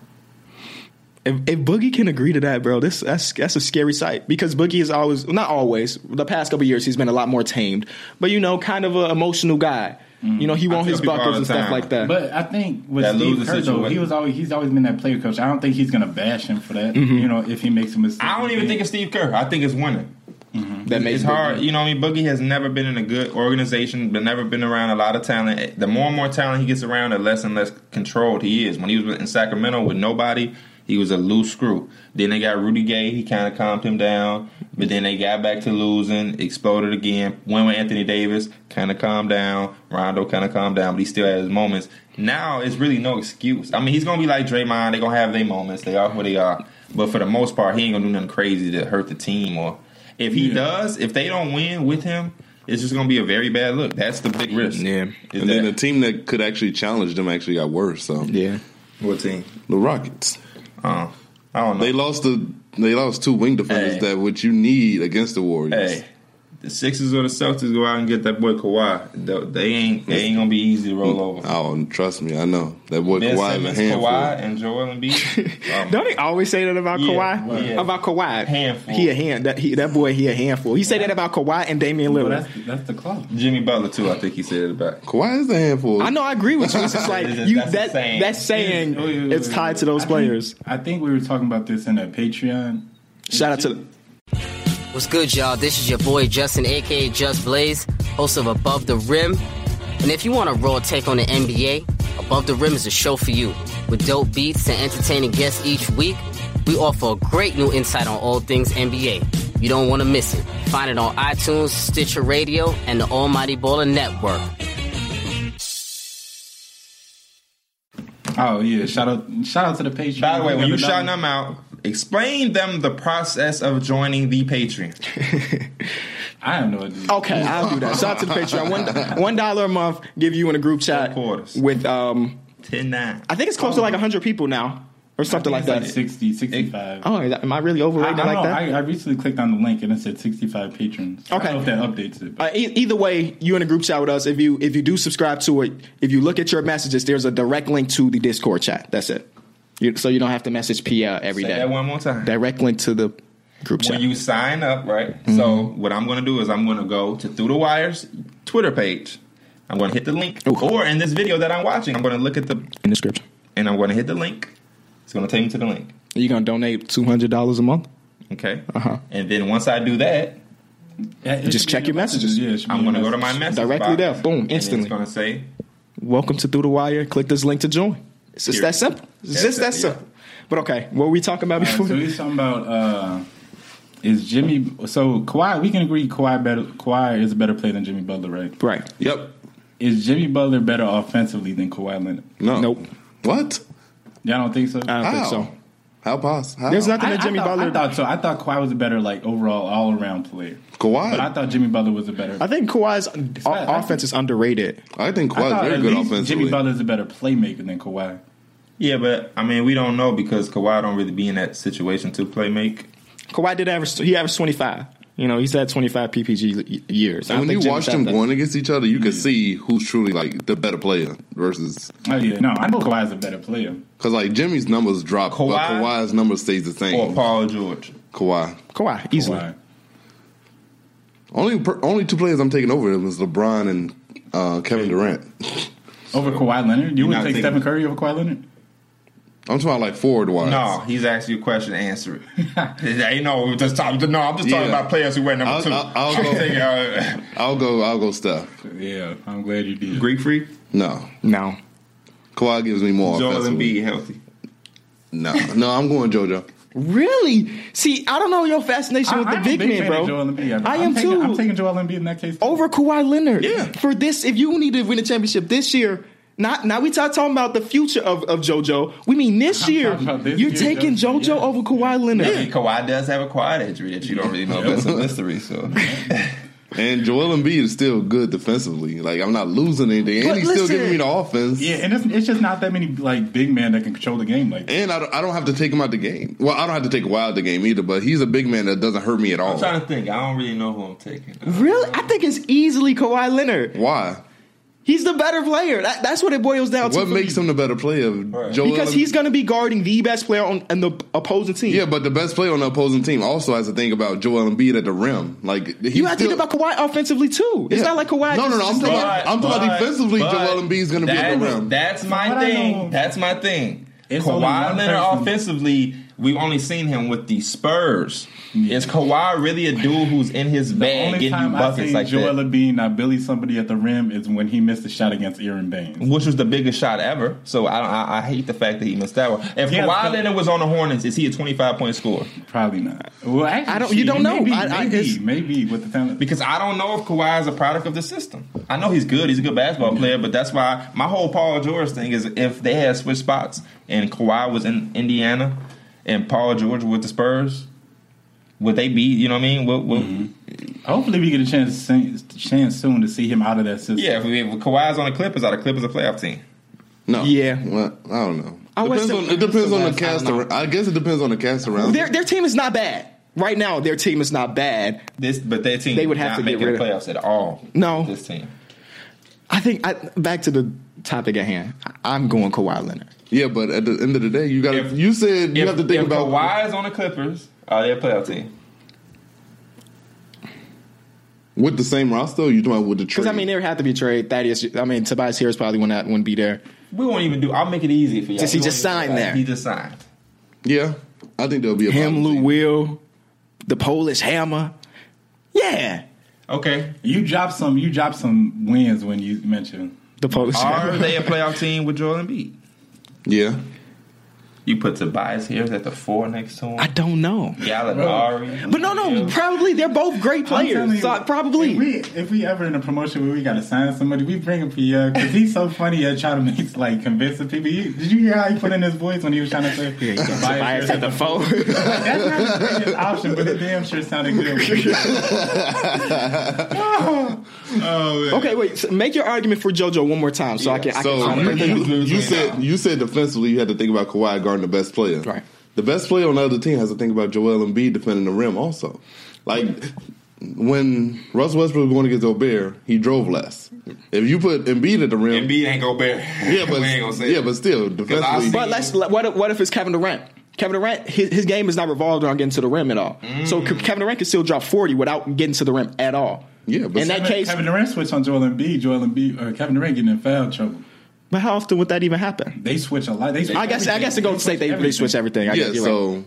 [SPEAKER 1] If, if Boogie can agree to that, bro, this that's that's a scary sight because Boogie is always not always. The past couple years, he's been a lot more tamed, but you know, kind of an emotional guy. You know, he
[SPEAKER 3] Mm. I
[SPEAKER 1] wants
[SPEAKER 3] tell
[SPEAKER 1] his
[SPEAKER 3] people all
[SPEAKER 1] buckets
[SPEAKER 3] the
[SPEAKER 1] and stuff
[SPEAKER 3] time,
[SPEAKER 1] like that.
[SPEAKER 4] But I think with
[SPEAKER 3] That
[SPEAKER 4] Steve
[SPEAKER 3] losing
[SPEAKER 4] Kerr, though,
[SPEAKER 3] situation.
[SPEAKER 4] he was always he's always been that player coach. I don't think he's gonna bash him for that. You know, if he makes a mistake,
[SPEAKER 3] I don't even think it's Steve Kerr. I think it's winning.
[SPEAKER 1] that makes
[SPEAKER 3] It's
[SPEAKER 1] Boogie-
[SPEAKER 3] hard, you know. what I mean, Boogie has never been in a good organization, but never been around a lot of talent. The more and more talent he gets around, the less and less controlled he is. When he was in Sacramento with nobody, he was a loose screw. Then they got Rudy Gay. He kind of calmed him down, but then they got back to losing, exploded again. Went with Anthony Davis, kind of calmed down. Rondo kind of calmed down, but he still had his moments. Now it's really no excuse. I mean, he's gonna be like Draymond. They gonna have their moments. They are who they are. But for the most part, he ain't gonna do nothing crazy to hurt the team or. If he does, if they don't win with him, it's just going to be a very bad look. That's the big risk.
[SPEAKER 1] Yeah.
[SPEAKER 3] Is
[SPEAKER 2] And then the
[SPEAKER 3] that,
[SPEAKER 2] team that could actually challenge them actually got worse. So
[SPEAKER 1] yeah.
[SPEAKER 3] what team?
[SPEAKER 2] the Rockets,
[SPEAKER 3] Uh, I don't know.
[SPEAKER 2] they lost the they lost two wing defenders
[SPEAKER 3] Hey.
[SPEAKER 2] that which you need against the Warriors.
[SPEAKER 3] hey, the Sixers or the Celtics go out and get that boy Kawhi, the- they ain't they ain't gonna be easy to roll over.
[SPEAKER 2] Oh, trust me, I know that boy
[SPEAKER 3] Ben
[SPEAKER 2] Kawhi is a
[SPEAKER 3] Simmons,
[SPEAKER 2] handful.
[SPEAKER 3] Kawhi and Joel Embiid. Um,
[SPEAKER 1] Don't they always say that about
[SPEAKER 3] Yeah,
[SPEAKER 1] Kawhi?
[SPEAKER 3] yeah.
[SPEAKER 1] About Kawhi,
[SPEAKER 3] Handful.
[SPEAKER 1] He a hand. That, he, that boy, he a handful. He say that about Kawhi and Damian
[SPEAKER 4] Well,
[SPEAKER 1] Lillard.
[SPEAKER 4] that's that's the club.
[SPEAKER 3] Jimmy Butler too. I think he said it about.
[SPEAKER 2] Kawhi is a handful.
[SPEAKER 1] I know. I agree with you. It's just like
[SPEAKER 3] That's
[SPEAKER 1] you.
[SPEAKER 3] the
[SPEAKER 1] That
[SPEAKER 3] saying.
[SPEAKER 1] that's saying
[SPEAKER 4] Wait, wait, wait,
[SPEAKER 1] it's
[SPEAKER 4] wait,
[SPEAKER 1] tied
[SPEAKER 4] wait.
[SPEAKER 1] to those
[SPEAKER 4] I think-
[SPEAKER 1] players.
[SPEAKER 4] I think we were talking about this in a Patreon.
[SPEAKER 1] Shout out to.
[SPEAKER 6] What's good, y'all? This is your boy Justin, aka Just Blaze, host of Above the Rim. And if you want a raw take on the NBA, Above the Rim is a show for you. With dope beats and entertaining guests each week, we offer a great new insight on all things NBA. You don't want to miss it. Find it on iTunes, Stitcher Radio, and the Almighty Baller Network.
[SPEAKER 4] Oh yeah, shout out shout out to the Patreon.
[SPEAKER 3] By the way, when you
[SPEAKER 4] Another-
[SPEAKER 3] shout them out, explain them the process of joining the Patreon.
[SPEAKER 4] I have no idea.
[SPEAKER 1] Okay, I'll do that. Shout out to the Patreon. One one dollar a month. Give you in a group chat
[SPEAKER 3] quarters.
[SPEAKER 1] with um.
[SPEAKER 3] Ten nine.
[SPEAKER 1] I think it's close to like hundred people now, or something like that.
[SPEAKER 4] It's like 60, 65.
[SPEAKER 1] Oh, is that- am I really overrating it
[SPEAKER 4] I, I,
[SPEAKER 1] like
[SPEAKER 4] don't know.
[SPEAKER 1] that?
[SPEAKER 4] I, I recently clicked on the link and it said 65 patrons. I
[SPEAKER 1] Okay.
[SPEAKER 4] don't know if that updates it. But
[SPEAKER 1] Uh, e- either way, you in a group chat with us. If you if you do subscribe to it, if you look at your messages, there's a direct link to the Discord chat. That's it. You, so you don't have to message Pia every
[SPEAKER 3] Say
[SPEAKER 1] day.
[SPEAKER 3] that one more time.
[SPEAKER 1] Direct link to the group
[SPEAKER 3] when
[SPEAKER 1] chat.
[SPEAKER 3] you sign up, right? So what I'm gonna do is I'm gonna go to Through the Wires Twitter page. I'm gonna hit the link,
[SPEAKER 1] Ooh.
[SPEAKER 3] or in this video that I'm watching, I'm gonna look at the
[SPEAKER 1] in the description.
[SPEAKER 3] and I'm gonna hit the link. It's gonna take me to the link.
[SPEAKER 1] You gonna donate two hundred dollars a month?
[SPEAKER 3] Okay.
[SPEAKER 1] Uh-huh.
[SPEAKER 3] And then once I do that,
[SPEAKER 4] Yeah, it
[SPEAKER 1] Just
[SPEAKER 4] should be
[SPEAKER 1] check
[SPEAKER 4] in
[SPEAKER 1] your
[SPEAKER 4] the
[SPEAKER 1] messages.
[SPEAKER 4] Yeah, it should be
[SPEAKER 3] I'm
[SPEAKER 4] in
[SPEAKER 3] going
[SPEAKER 4] the
[SPEAKER 3] to go to my
[SPEAKER 4] messages.
[SPEAKER 3] message
[SPEAKER 1] Directly
[SPEAKER 3] box,
[SPEAKER 1] there. Boom,
[SPEAKER 3] and
[SPEAKER 1] instantly.
[SPEAKER 3] It's going to say
[SPEAKER 1] Welcome to Through the Wire. Click this link to join. It's just
[SPEAKER 3] Period.
[SPEAKER 1] that simple. It's
[SPEAKER 3] That's
[SPEAKER 1] just that
[SPEAKER 3] it, yeah.
[SPEAKER 1] simple. But okay, what were we talking about
[SPEAKER 4] All right,
[SPEAKER 1] before?
[SPEAKER 4] so he's talking about uh, is Jimmy. So Kawhi, we can agree Kawhi better. Kawhi is a better player than Jimmy Butler, right?
[SPEAKER 1] right.
[SPEAKER 2] Yep.
[SPEAKER 4] Is Jimmy Butler better offensively than Kawhi Leonard?
[SPEAKER 2] No.
[SPEAKER 1] Nope.
[SPEAKER 2] What?
[SPEAKER 4] Y'all don't think so?
[SPEAKER 1] I don't
[SPEAKER 2] How?
[SPEAKER 1] think so.
[SPEAKER 2] How pos? How?
[SPEAKER 1] There's nothing
[SPEAKER 4] Oh. I-
[SPEAKER 1] Uh, that
[SPEAKER 4] I
[SPEAKER 1] Jimmy
[SPEAKER 4] thought-
[SPEAKER 1] Butler.
[SPEAKER 4] I thought so. I thought Kawhi was a better, like overall, all around player.
[SPEAKER 2] Kawhi.
[SPEAKER 4] But I
[SPEAKER 2] I,
[SPEAKER 4] thought Jimmy Butler was a better.
[SPEAKER 1] I think Kawhi's
[SPEAKER 4] not- I-
[SPEAKER 1] offense is underrated.
[SPEAKER 2] think
[SPEAKER 4] I
[SPEAKER 2] Kawhi is
[SPEAKER 4] thought
[SPEAKER 2] very
[SPEAKER 4] at
[SPEAKER 2] good
[SPEAKER 4] least
[SPEAKER 2] offensively.
[SPEAKER 4] Jimmy Butler is a better playmaker than Kawhi.
[SPEAKER 3] Yeah, but I mean, we don't know because Kawhi don't really be in that situation to play make.
[SPEAKER 1] Kawhi did average. He averaged twenty five. You know, he's had twenty five PPG y- years. I
[SPEAKER 2] and when
[SPEAKER 1] think
[SPEAKER 2] you
[SPEAKER 1] Jimmy
[SPEAKER 2] watch
[SPEAKER 1] got
[SPEAKER 2] them
[SPEAKER 1] that.
[SPEAKER 2] going against each other, you can see who's truly like the better player versus
[SPEAKER 4] Oh yeah, no, I know Kawhi is a better player.
[SPEAKER 2] because like Jimmy's numbers drop, but
[SPEAKER 3] Kawhi? Oh,
[SPEAKER 2] Kawhi's number stays the
[SPEAKER 3] Or
[SPEAKER 2] same.
[SPEAKER 3] Paul George.
[SPEAKER 2] Kawhi.
[SPEAKER 1] Kawhi easily.
[SPEAKER 4] Kawhi.
[SPEAKER 2] Only per, only two players I'm taking over him is LeBron and uh, Kevin Durant.
[SPEAKER 4] Over Kawhi Leonard, you would
[SPEAKER 3] not
[SPEAKER 4] take
[SPEAKER 3] taking-
[SPEAKER 4] Stephen Curry over Kawhi Leonard?
[SPEAKER 2] I'm talking about like forward wise.
[SPEAKER 3] No, he's asking you a question, answer it. you know, we just talking, no, I'm just talking
[SPEAKER 2] Yeah.
[SPEAKER 3] about players who went number
[SPEAKER 2] I'll-
[SPEAKER 3] 2
[SPEAKER 2] I'll- I'll
[SPEAKER 3] I'm
[SPEAKER 2] go-
[SPEAKER 3] thinking, uh,
[SPEAKER 2] I'll go. I'll go Steph.
[SPEAKER 4] Yeah, I'm glad you did.
[SPEAKER 3] Greek Freak,
[SPEAKER 2] No,
[SPEAKER 1] No,
[SPEAKER 2] Kawhi gives me more.
[SPEAKER 3] Joel
[SPEAKER 2] offensively.
[SPEAKER 3] Embiid healthy.
[SPEAKER 2] No, no, I'm going JoJo.
[SPEAKER 1] really. See, I don't know your fascination with the
[SPEAKER 4] I'm a
[SPEAKER 1] big, man,
[SPEAKER 4] fan of
[SPEAKER 1] bro.
[SPEAKER 4] Joel Embiid.
[SPEAKER 1] I
[SPEAKER 4] I'm
[SPEAKER 1] am
[SPEAKER 4] taking,
[SPEAKER 1] too.
[SPEAKER 4] I'm taking Joel Embiid in that case.
[SPEAKER 1] over Kawhi Leonard.
[SPEAKER 2] Yeah.
[SPEAKER 1] For this, if you need to win a championship this year, not now we talk, talking about the future of, of JoJo. We mean this
[SPEAKER 4] I'm
[SPEAKER 1] year.
[SPEAKER 4] talking about this
[SPEAKER 1] you're
[SPEAKER 4] year,
[SPEAKER 1] taking JoJo
[SPEAKER 4] JoJo, yeah.
[SPEAKER 1] over Kawhi Leonard.
[SPEAKER 3] I mean, Kawhi does have a quad injury that you don't really know about. It's a mystery, so.
[SPEAKER 2] And Joel Embiid is still good defensively. Like I'm not losing anything, and
[SPEAKER 1] But
[SPEAKER 2] he's still
[SPEAKER 1] listen-
[SPEAKER 2] giving me the offense.
[SPEAKER 4] Yeah, and it's, it's just not that many like big men that can control the game like that.
[SPEAKER 2] And I don't, I don't have to take him out the game. Well, I don't have to take Wild the game either. But he's a big man that doesn't hurt me at all.
[SPEAKER 3] I'm trying to think. I don't really know who I'm taking.
[SPEAKER 1] Really? I think it's easily Kawhi Leonard.
[SPEAKER 2] Why?
[SPEAKER 1] He's the better player. That, that's what it boils down to.
[SPEAKER 2] What
[SPEAKER 1] for
[SPEAKER 2] makes
[SPEAKER 1] me.
[SPEAKER 2] him the better player? Joel
[SPEAKER 1] Because
[SPEAKER 2] Embiid-
[SPEAKER 1] he's going to be guarding the best player on, on the opposing team.
[SPEAKER 2] yeah, but the best player on the opposing team also has to think about Joel Embiid at the rim. Like he's
[SPEAKER 1] you have to
[SPEAKER 2] still-
[SPEAKER 1] think about Kawhi offensively too. It's
[SPEAKER 2] Yeah.
[SPEAKER 1] not like Kawhi.
[SPEAKER 2] No, no, no. I'm
[SPEAKER 1] just-
[SPEAKER 2] talking about, I'm talking about
[SPEAKER 3] But-
[SPEAKER 2] defensively.
[SPEAKER 3] but
[SPEAKER 2] Joel Embiid's going to be at the
[SPEAKER 3] that's-
[SPEAKER 2] rim.
[SPEAKER 3] That's
[SPEAKER 4] But
[SPEAKER 3] my
[SPEAKER 4] I
[SPEAKER 3] thing.
[SPEAKER 4] don't-
[SPEAKER 3] That's my thing.
[SPEAKER 4] It's
[SPEAKER 3] Kawhi
[SPEAKER 4] only one
[SPEAKER 3] Leonard
[SPEAKER 4] person.
[SPEAKER 3] offensively, we've only seen him with the Spurs. Is Kawhi really a dude who's in his bag
[SPEAKER 4] Only
[SPEAKER 3] getting you
[SPEAKER 4] time I
[SPEAKER 3] buckets
[SPEAKER 4] seen
[SPEAKER 3] like
[SPEAKER 4] Joel
[SPEAKER 3] that?
[SPEAKER 4] Embiid not Billy somebody at the rim is when he missed a shot against Aaron Baines.
[SPEAKER 3] Which was the biggest shot ever. So I, don't, I, I hate the fact that he missed that one. If
[SPEAKER 4] Yeah,
[SPEAKER 3] Kawhi
[SPEAKER 4] but-
[SPEAKER 3] Leonard was on the Hornets, is he a twenty five point scorer?
[SPEAKER 4] Probably not. Well, actually,
[SPEAKER 1] I don't- you
[SPEAKER 4] shit,
[SPEAKER 1] don't know.
[SPEAKER 4] Maybe,
[SPEAKER 1] I- I-
[SPEAKER 4] maybe,
[SPEAKER 1] it's-
[SPEAKER 4] maybe with the talent.
[SPEAKER 3] Because I don't know if Kawhi is a product of the system. I know he's good. He's a good basketball player, but that's why my whole Paul George thing is if they had switched spots and Kawhi was in Indiana and Paul George with the Spurs, would they be, you know what I mean? What, what,
[SPEAKER 1] Mm-hmm.
[SPEAKER 4] Hopefully, we get a chance soon- chance soon to see him out of that system.
[SPEAKER 3] Yeah, if, we, if Kawhi's on the Clippers, are the Clippers a playoff team?
[SPEAKER 2] no.
[SPEAKER 1] Yeah.
[SPEAKER 2] Well, I don't know.
[SPEAKER 1] I was-
[SPEAKER 2] depends on, it depends on the
[SPEAKER 1] I don't
[SPEAKER 2] cast.
[SPEAKER 1] know.
[SPEAKER 2] Around, I guess it depends on the cast around.
[SPEAKER 1] Their, their team is not bad. Right now, their team is not bad.
[SPEAKER 3] This, but their team
[SPEAKER 1] They would have
[SPEAKER 3] not
[SPEAKER 1] to get
[SPEAKER 3] making
[SPEAKER 1] rid
[SPEAKER 3] the
[SPEAKER 1] of-
[SPEAKER 3] playoffs at all.
[SPEAKER 1] No.
[SPEAKER 3] this team.
[SPEAKER 1] I think I, back to the topic at hand. I- I'm going Kawhi Leonard.
[SPEAKER 2] Yeah, but at the end of the day, you got
[SPEAKER 3] If-
[SPEAKER 2] to you said you
[SPEAKER 3] if,
[SPEAKER 2] have to think
[SPEAKER 3] if
[SPEAKER 2] about
[SPEAKER 3] Kawhi is on the Clippers. Are they a playoff team?
[SPEAKER 2] with the same roster. or You talking about with the trade?
[SPEAKER 1] Because I mean, there would have to be trade. Thaddeus, I mean, Tobias Harris probably would not wouldn't be there.
[SPEAKER 3] We won't even do. I'll make it easy for you.
[SPEAKER 1] Just- he just signed there.
[SPEAKER 3] He just signed.
[SPEAKER 2] yeah, I think there'll be a
[SPEAKER 1] Him,
[SPEAKER 2] bottom
[SPEAKER 1] Lou
[SPEAKER 2] team.
[SPEAKER 1] Will, the Polish Hammer. Yeah,
[SPEAKER 3] Okay.
[SPEAKER 4] You dropped some. You dropped some wins when you mentioned.
[SPEAKER 1] the Polish
[SPEAKER 3] Are
[SPEAKER 1] Hammer.
[SPEAKER 3] they a playoff team with Joel Embiid?
[SPEAKER 2] Yeah,
[SPEAKER 3] You put Tobias here at the four next to him.
[SPEAKER 1] I don't know,
[SPEAKER 3] Gallinari.
[SPEAKER 1] but no, no. Probably they're both great
[SPEAKER 4] I'm telling
[SPEAKER 1] players.
[SPEAKER 4] you,
[SPEAKER 1] So I- probably.
[SPEAKER 4] If we, if we ever in a promotion where we gotta sign somebody, we bring him Pierre because he's so funny at trying to make like convincing people. You, did you hear how he put in his voice when he was trying to say yeah,
[SPEAKER 1] Tobias at the phone.
[SPEAKER 4] That's not his biggest option, but it damn sure sounded good. Oh,
[SPEAKER 1] okay, wait. so make your argument for JoJo one more time, so I can. I
[SPEAKER 2] So
[SPEAKER 1] can
[SPEAKER 2] you, you- you said you said defensively you had to think about Kawhi guarding the best player.
[SPEAKER 1] Right.
[SPEAKER 2] The best player on the other team has to think about Joel Embiid defending the rim also. Like when Russell Westbrook was going against Gobert, he drove less. If you put Embiid at the rim,
[SPEAKER 3] Embiid ain't gonna bear.
[SPEAKER 2] yeah, but
[SPEAKER 3] we ain't gonna say
[SPEAKER 2] yeah,
[SPEAKER 3] it.
[SPEAKER 2] but still
[SPEAKER 3] I
[SPEAKER 2] defensively.
[SPEAKER 3] see-
[SPEAKER 1] But let's. let- What if, what if it's Kevin Durant? Kevin Durant, his, his game is not revolved around getting to the rim at all. So
[SPEAKER 2] Mm.
[SPEAKER 1] Ke- Kevin Durant can still drop forty without getting to the rim at all.
[SPEAKER 2] Yeah, but
[SPEAKER 1] in that case,
[SPEAKER 4] Kevin Durant switched on Joel Embiid. Joel Embiid or Kevin Durant getting in foul trouble.
[SPEAKER 1] but how often would that even happen?
[SPEAKER 4] They switch a lot. They switch
[SPEAKER 1] I guess I
[SPEAKER 4] everything.
[SPEAKER 1] guess the Golden State they, they switch everything. I
[SPEAKER 2] yeah,
[SPEAKER 1] guess you're right.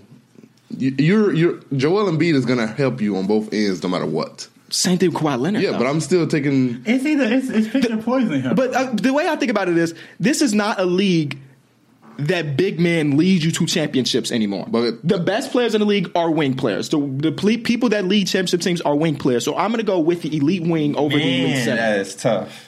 [SPEAKER 2] so you- you're you're Joel Embiid is gonna help you on both ends no matter what.
[SPEAKER 1] same thing with Kawhi Leonard.
[SPEAKER 2] Yeah,
[SPEAKER 1] though.
[SPEAKER 2] but I'm still taking
[SPEAKER 4] It's either it's, it's picture poison here.
[SPEAKER 1] But uh, the way I think about it is, this is not a league that big men lead you to championships anymore.
[SPEAKER 2] But-
[SPEAKER 1] the best players in the league are wing players. The, the ple- people that lead championship teams are wing players. So I'm going to go with the elite wing over the elite
[SPEAKER 3] Man,
[SPEAKER 1] center.
[SPEAKER 3] that is tough.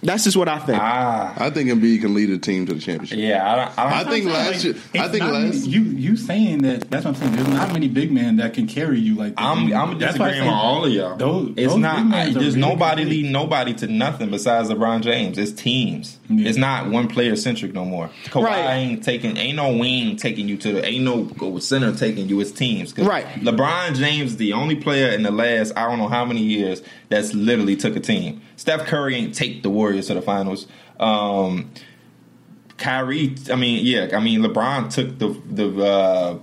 [SPEAKER 1] That's just what I think.
[SPEAKER 3] Ah,
[SPEAKER 2] I think Embiid can lead a team to the championship.
[SPEAKER 3] yeah. I don't. I
[SPEAKER 2] I
[SPEAKER 3] don't
[SPEAKER 2] think last year
[SPEAKER 4] It's
[SPEAKER 2] I think
[SPEAKER 4] not
[SPEAKER 2] last
[SPEAKER 4] many- you you saying that that's what I'm saying. There's not many big men that can carry you like that.
[SPEAKER 3] I'm I'm
[SPEAKER 4] Mm-hmm. That's why I
[SPEAKER 3] disagreeing with
[SPEAKER 4] say
[SPEAKER 3] all of y'all.
[SPEAKER 4] those-
[SPEAKER 3] it's
[SPEAKER 4] those
[SPEAKER 3] not
[SPEAKER 4] big
[SPEAKER 3] I,
[SPEAKER 4] men
[SPEAKER 3] there's
[SPEAKER 4] are really
[SPEAKER 3] nobody
[SPEAKER 4] good.
[SPEAKER 3] leading nobody to nothing besides LeBron James. It's teams.
[SPEAKER 4] Yeah.
[SPEAKER 3] It's not one player centric no more. Kawhi
[SPEAKER 1] Right.
[SPEAKER 3] ain't taking ain't no wing taking you to the ain't no go- center taking you. It's teams. 'Cause
[SPEAKER 1] Right.
[SPEAKER 3] LeBron James the only player in the last I don't know how many years that's literally took a team. Steph Curry ain't take the Warriors to the finals. Um, Kyrie, I mean, yeah, I mean, LeBron took the the. Uh,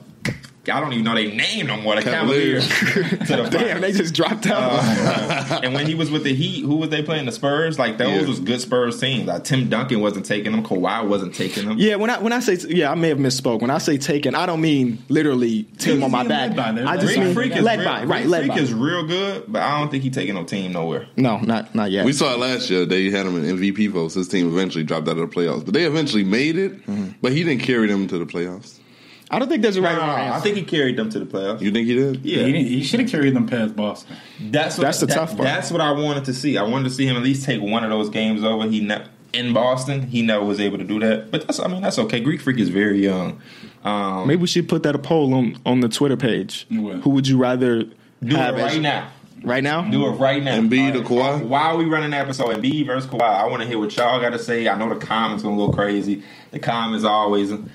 [SPEAKER 3] I don't even know they name no more. The Cavaliers
[SPEAKER 2] Cavaliers.
[SPEAKER 3] to the
[SPEAKER 1] Damn, they
[SPEAKER 3] finals.
[SPEAKER 1] just dropped out.
[SPEAKER 3] Uh. and when he was with the Heat, who was they playing? The Spurs. Like those
[SPEAKER 2] Yeah.
[SPEAKER 3] was good Spurs teams. Like Tim Duncan wasn't taking them. Kawhi wasn't taking them.
[SPEAKER 1] yeah, when I when I say yeah, I may have misspoke. When I say taken, I don't mean literally team on my
[SPEAKER 4] he's led
[SPEAKER 1] back.
[SPEAKER 4] by them.
[SPEAKER 1] I just
[SPEAKER 4] Greek
[SPEAKER 1] mean
[SPEAKER 3] Greek Freak is
[SPEAKER 1] led
[SPEAKER 3] real,
[SPEAKER 1] by right,
[SPEAKER 3] Greek
[SPEAKER 1] led
[SPEAKER 3] Freak
[SPEAKER 1] by.
[SPEAKER 3] is real good, but I don't think he taking no team nowhere.
[SPEAKER 1] No, not not yet.
[SPEAKER 2] We saw it last year. They had him in MVP votes. His team eventually dropped out of the playoffs, but they eventually made it.
[SPEAKER 3] Mm-hmm.
[SPEAKER 2] But he didn't carry them to the playoffs.
[SPEAKER 1] I don't think there's a right. or wrong
[SPEAKER 3] I
[SPEAKER 1] answer.
[SPEAKER 3] think he carried them to the playoffs.
[SPEAKER 2] You think he did?
[SPEAKER 4] He, didn't- he should have carried them past Boston.
[SPEAKER 3] That's what,
[SPEAKER 1] That's the tough part.
[SPEAKER 3] That's what I wanted to see. I wanted to see him at least take one of those games over. He ne- in Boston, he never was able to do that. But that's I mean that's okay. Greek Freak is very young. Um,
[SPEAKER 1] Maybe we should put that a poll on, on the Twitter page.
[SPEAKER 4] What?
[SPEAKER 1] Who would you rather
[SPEAKER 3] do it
[SPEAKER 1] have
[SPEAKER 3] right
[SPEAKER 1] as-
[SPEAKER 3] now.
[SPEAKER 1] Right now?
[SPEAKER 3] Do it right now.
[SPEAKER 2] Embiid
[SPEAKER 3] All
[SPEAKER 2] or Kawhi?
[SPEAKER 3] Why are we running that episode? Embiid versus Kawhi. I want to hear what y'all got to say. I know the comments gonna go crazy. The comments always saying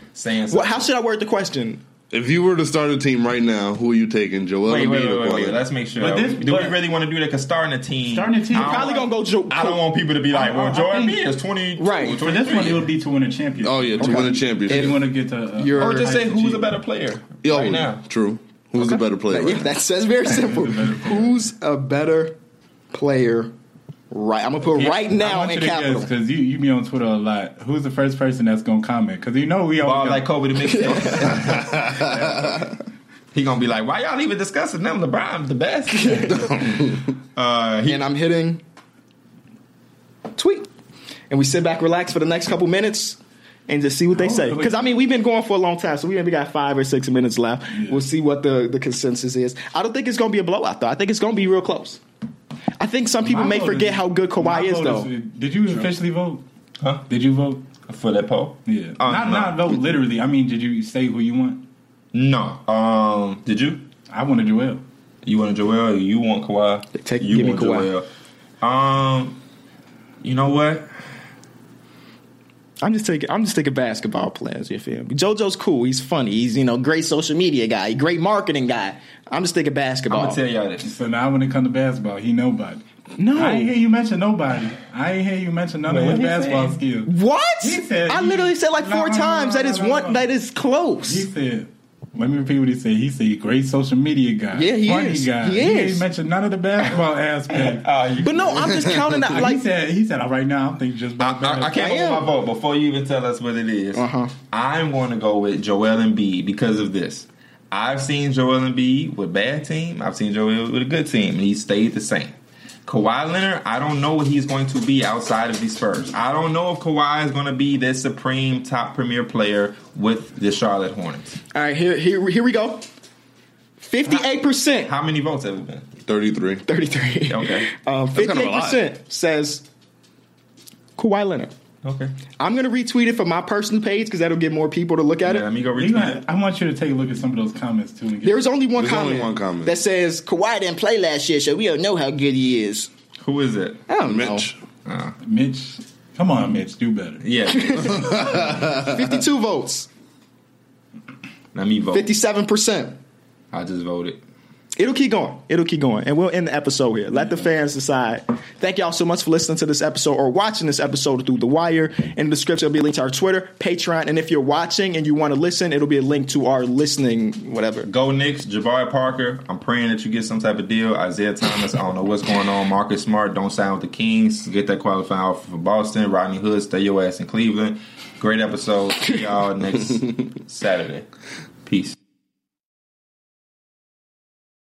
[SPEAKER 3] something.
[SPEAKER 1] Well, how should I word the question?
[SPEAKER 2] If you were to start a team right now, who are you taking? Joel
[SPEAKER 3] Wait,
[SPEAKER 2] Embiid
[SPEAKER 3] wait,
[SPEAKER 2] or
[SPEAKER 3] wait, wait,
[SPEAKER 2] Kawhi?
[SPEAKER 3] wait. Let's make sure.
[SPEAKER 4] But this-
[SPEAKER 3] do
[SPEAKER 4] but-
[SPEAKER 3] we really want to do that? Because starting a team,
[SPEAKER 4] Starting a team,
[SPEAKER 3] I don't
[SPEAKER 1] Probably
[SPEAKER 3] want-
[SPEAKER 1] gonna go Joe.
[SPEAKER 3] I don't want people to be like,
[SPEAKER 4] I-
[SPEAKER 3] "Well,
[SPEAKER 4] I
[SPEAKER 3] Joel
[SPEAKER 4] think-
[SPEAKER 3] Embiid is 22,
[SPEAKER 1] Right.
[SPEAKER 4] For this one, it
[SPEAKER 3] 23.
[SPEAKER 4] would be to win a championship.
[SPEAKER 2] Oh yeah, to win a
[SPEAKER 4] If you
[SPEAKER 2] championship.
[SPEAKER 4] want to get the uh,
[SPEAKER 1] You're-
[SPEAKER 3] Or just say who's
[SPEAKER 4] Achievement.
[SPEAKER 3] a better player
[SPEAKER 2] Yo,
[SPEAKER 3] right now.
[SPEAKER 2] true. Who's the better player?
[SPEAKER 1] Yeah,
[SPEAKER 2] Right now?
[SPEAKER 1] that says very simple. Who's a better player? Right. I'm gonna put right now in capital.
[SPEAKER 4] because you you be on Twitter a lot. Who's the first person that's gonna comment? Because you know we all
[SPEAKER 3] Ball like Kobe to mix it. He gonna be like, why y'all even discussing them? LeBron's the best. uh, he,
[SPEAKER 1] And I'm hitting tweet. And we sit back, relax for the next couple minutes. And just see
[SPEAKER 4] Oh,
[SPEAKER 1] what they say, because I mean we've been going for a long time, so we maybe got five or six minutes left. We'll see what the, the consensus is. I don't think it's going to be a blowout, though. I think it's going to be real close. I think some people may forget how good Kawhi is, though.
[SPEAKER 4] Did you officially vote?
[SPEAKER 3] huh?
[SPEAKER 4] Did you vote?
[SPEAKER 3] For that poll?
[SPEAKER 4] Yeah,
[SPEAKER 3] Uh,
[SPEAKER 4] not not
[SPEAKER 3] no.
[SPEAKER 4] vote literally. I mean, did you say who you want?
[SPEAKER 3] No. Um, did you?
[SPEAKER 4] I wanted Joel.
[SPEAKER 3] You want Joel? You want Kawhi?
[SPEAKER 1] Take-
[SPEAKER 3] you
[SPEAKER 1] give me Kawhi.
[SPEAKER 3] Joel. Um, you know what?
[SPEAKER 1] I'm just taking I'm just taking basketball players. You feel me? JoJo's cool. He's funny. He's you know great social media guy, great marketing guy. I'm just taking
[SPEAKER 3] I'm
[SPEAKER 1] basketball.
[SPEAKER 3] gonna tell y'all this.
[SPEAKER 4] So now when it comes to basketball, he nobody.
[SPEAKER 1] no,
[SPEAKER 4] I ain't hear you mention nobody. I ain't hear you mention none of
[SPEAKER 3] Wait,
[SPEAKER 4] his
[SPEAKER 3] what he
[SPEAKER 4] basketball
[SPEAKER 3] said?
[SPEAKER 4] skills.
[SPEAKER 1] what?
[SPEAKER 4] He said
[SPEAKER 1] I
[SPEAKER 4] he-
[SPEAKER 1] literally said like
[SPEAKER 4] No,
[SPEAKER 1] four
[SPEAKER 4] no, no,
[SPEAKER 1] times.
[SPEAKER 4] no,
[SPEAKER 1] that is
[SPEAKER 4] no, no,
[SPEAKER 1] one.
[SPEAKER 4] no.
[SPEAKER 1] That is close.
[SPEAKER 4] He said, let me repeat what he said. He said, great social media guy.
[SPEAKER 1] Yeah, he
[SPEAKER 4] funny
[SPEAKER 1] is.
[SPEAKER 4] Guy.
[SPEAKER 1] He is.
[SPEAKER 4] ain't mentioned none of the basketball aspect.
[SPEAKER 3] Oh, you,
[SPEAKER 1] but no, I'm just counting out
[SPEAKER 4] like,
[SPEAKER 1] like
[SPEAKER 4] he said, he said, all right now, I'm thinking just
[SPEAKER 3] I,
[SPEAKER 4] about
[SPEAKER 3] I, I can't
[SPEAKER 1] I am.
[SPEAKER 3] hold my vote before you even tell us what it is.
[SPEAKER 1] Uh-huh.
[SPEAKER 3] I'm going to go with Joel Embiid because of this. I've seen Joel Embiid with bad team. I've seen Joel with a good team, and he stayed the same. Kawhi Leonard, I don't know what he's going to be outside of these Spurs. I don't know if Kawhi is going to be the supreme top premier player with the Charlotte Hornets.
[SPEAKER 1] All right, here, here, here we go. Fifty-eight percent,
[SPEAKER 3] How many votes have it been?
[SPEAKER 2] 33.
[SPEAKER 1] thirty-three.
[SPEAKER 3] Okay.
[SPEAKER 1] Um, fifty-eight
[SPEAKER 2] kind of a lot.
[SPEAKER 1] percent says Kawhi Leonard.
[SPEAKER 3] Okay.
[SPEAKER 1] I'm gonna retweet it for my personal page because that'll get more people to look at
[SPEAKER 3] Yeah,
[SPEAKER 1] it.
[SPEAKER 3] let me go
[SPEAKER 4] You
[SPEAKER 3] read
[SPEAKER 4] know,
[SPEAKER 3] that.
[SPEAKER 4] I want you to take a look at some of those comments too. And get,
[SPEAKER 1] There's only one
[SPEAKER 2] There's
[SPEAKER 1] comment.
[SPEAKER 2] only one comment.
[SPEAKER 1] that says Kawhi didn't play last year, so we don't know how good he is.
[SPEAKER 3] Who is it? Uh,
[SPEAKER 1] I don't
[SPEAKER 2] Mitch.
[SPEAKER 4] Mitch, come on, Mitch, do better.
[SPEAKER 3] Yeah.
[SPEAKER 1] know. Fifty-two votes,
[SPEAKER 3] let me vote.
[SPEAKER 1] fifty-seven percent.
[SPEAKER 3] I just voted.
[SPEAKER 1] It'll keep going. It'll keep going. And we'll end the episode here. Let the fans decide. Thank y'all so much for listening to this episode or watching this episode through The Wire. In the description, it'll be a link to our Twitter, Patreon. And if you're watching and you want to listen, it'll be a link to our listening, whatever.
[SPEAKER 3] Go Knicks, Jabari Parker. I'm praying that you get some type of deal. Isaiah Thomas. I don't know what's going on. Marcus Smart. Don't sign with the Kings. Get that qualifying offer for Boston. Rodney Hood. Stay your ass in Cleveland. Great episode. See y'all next Saturday. Peace.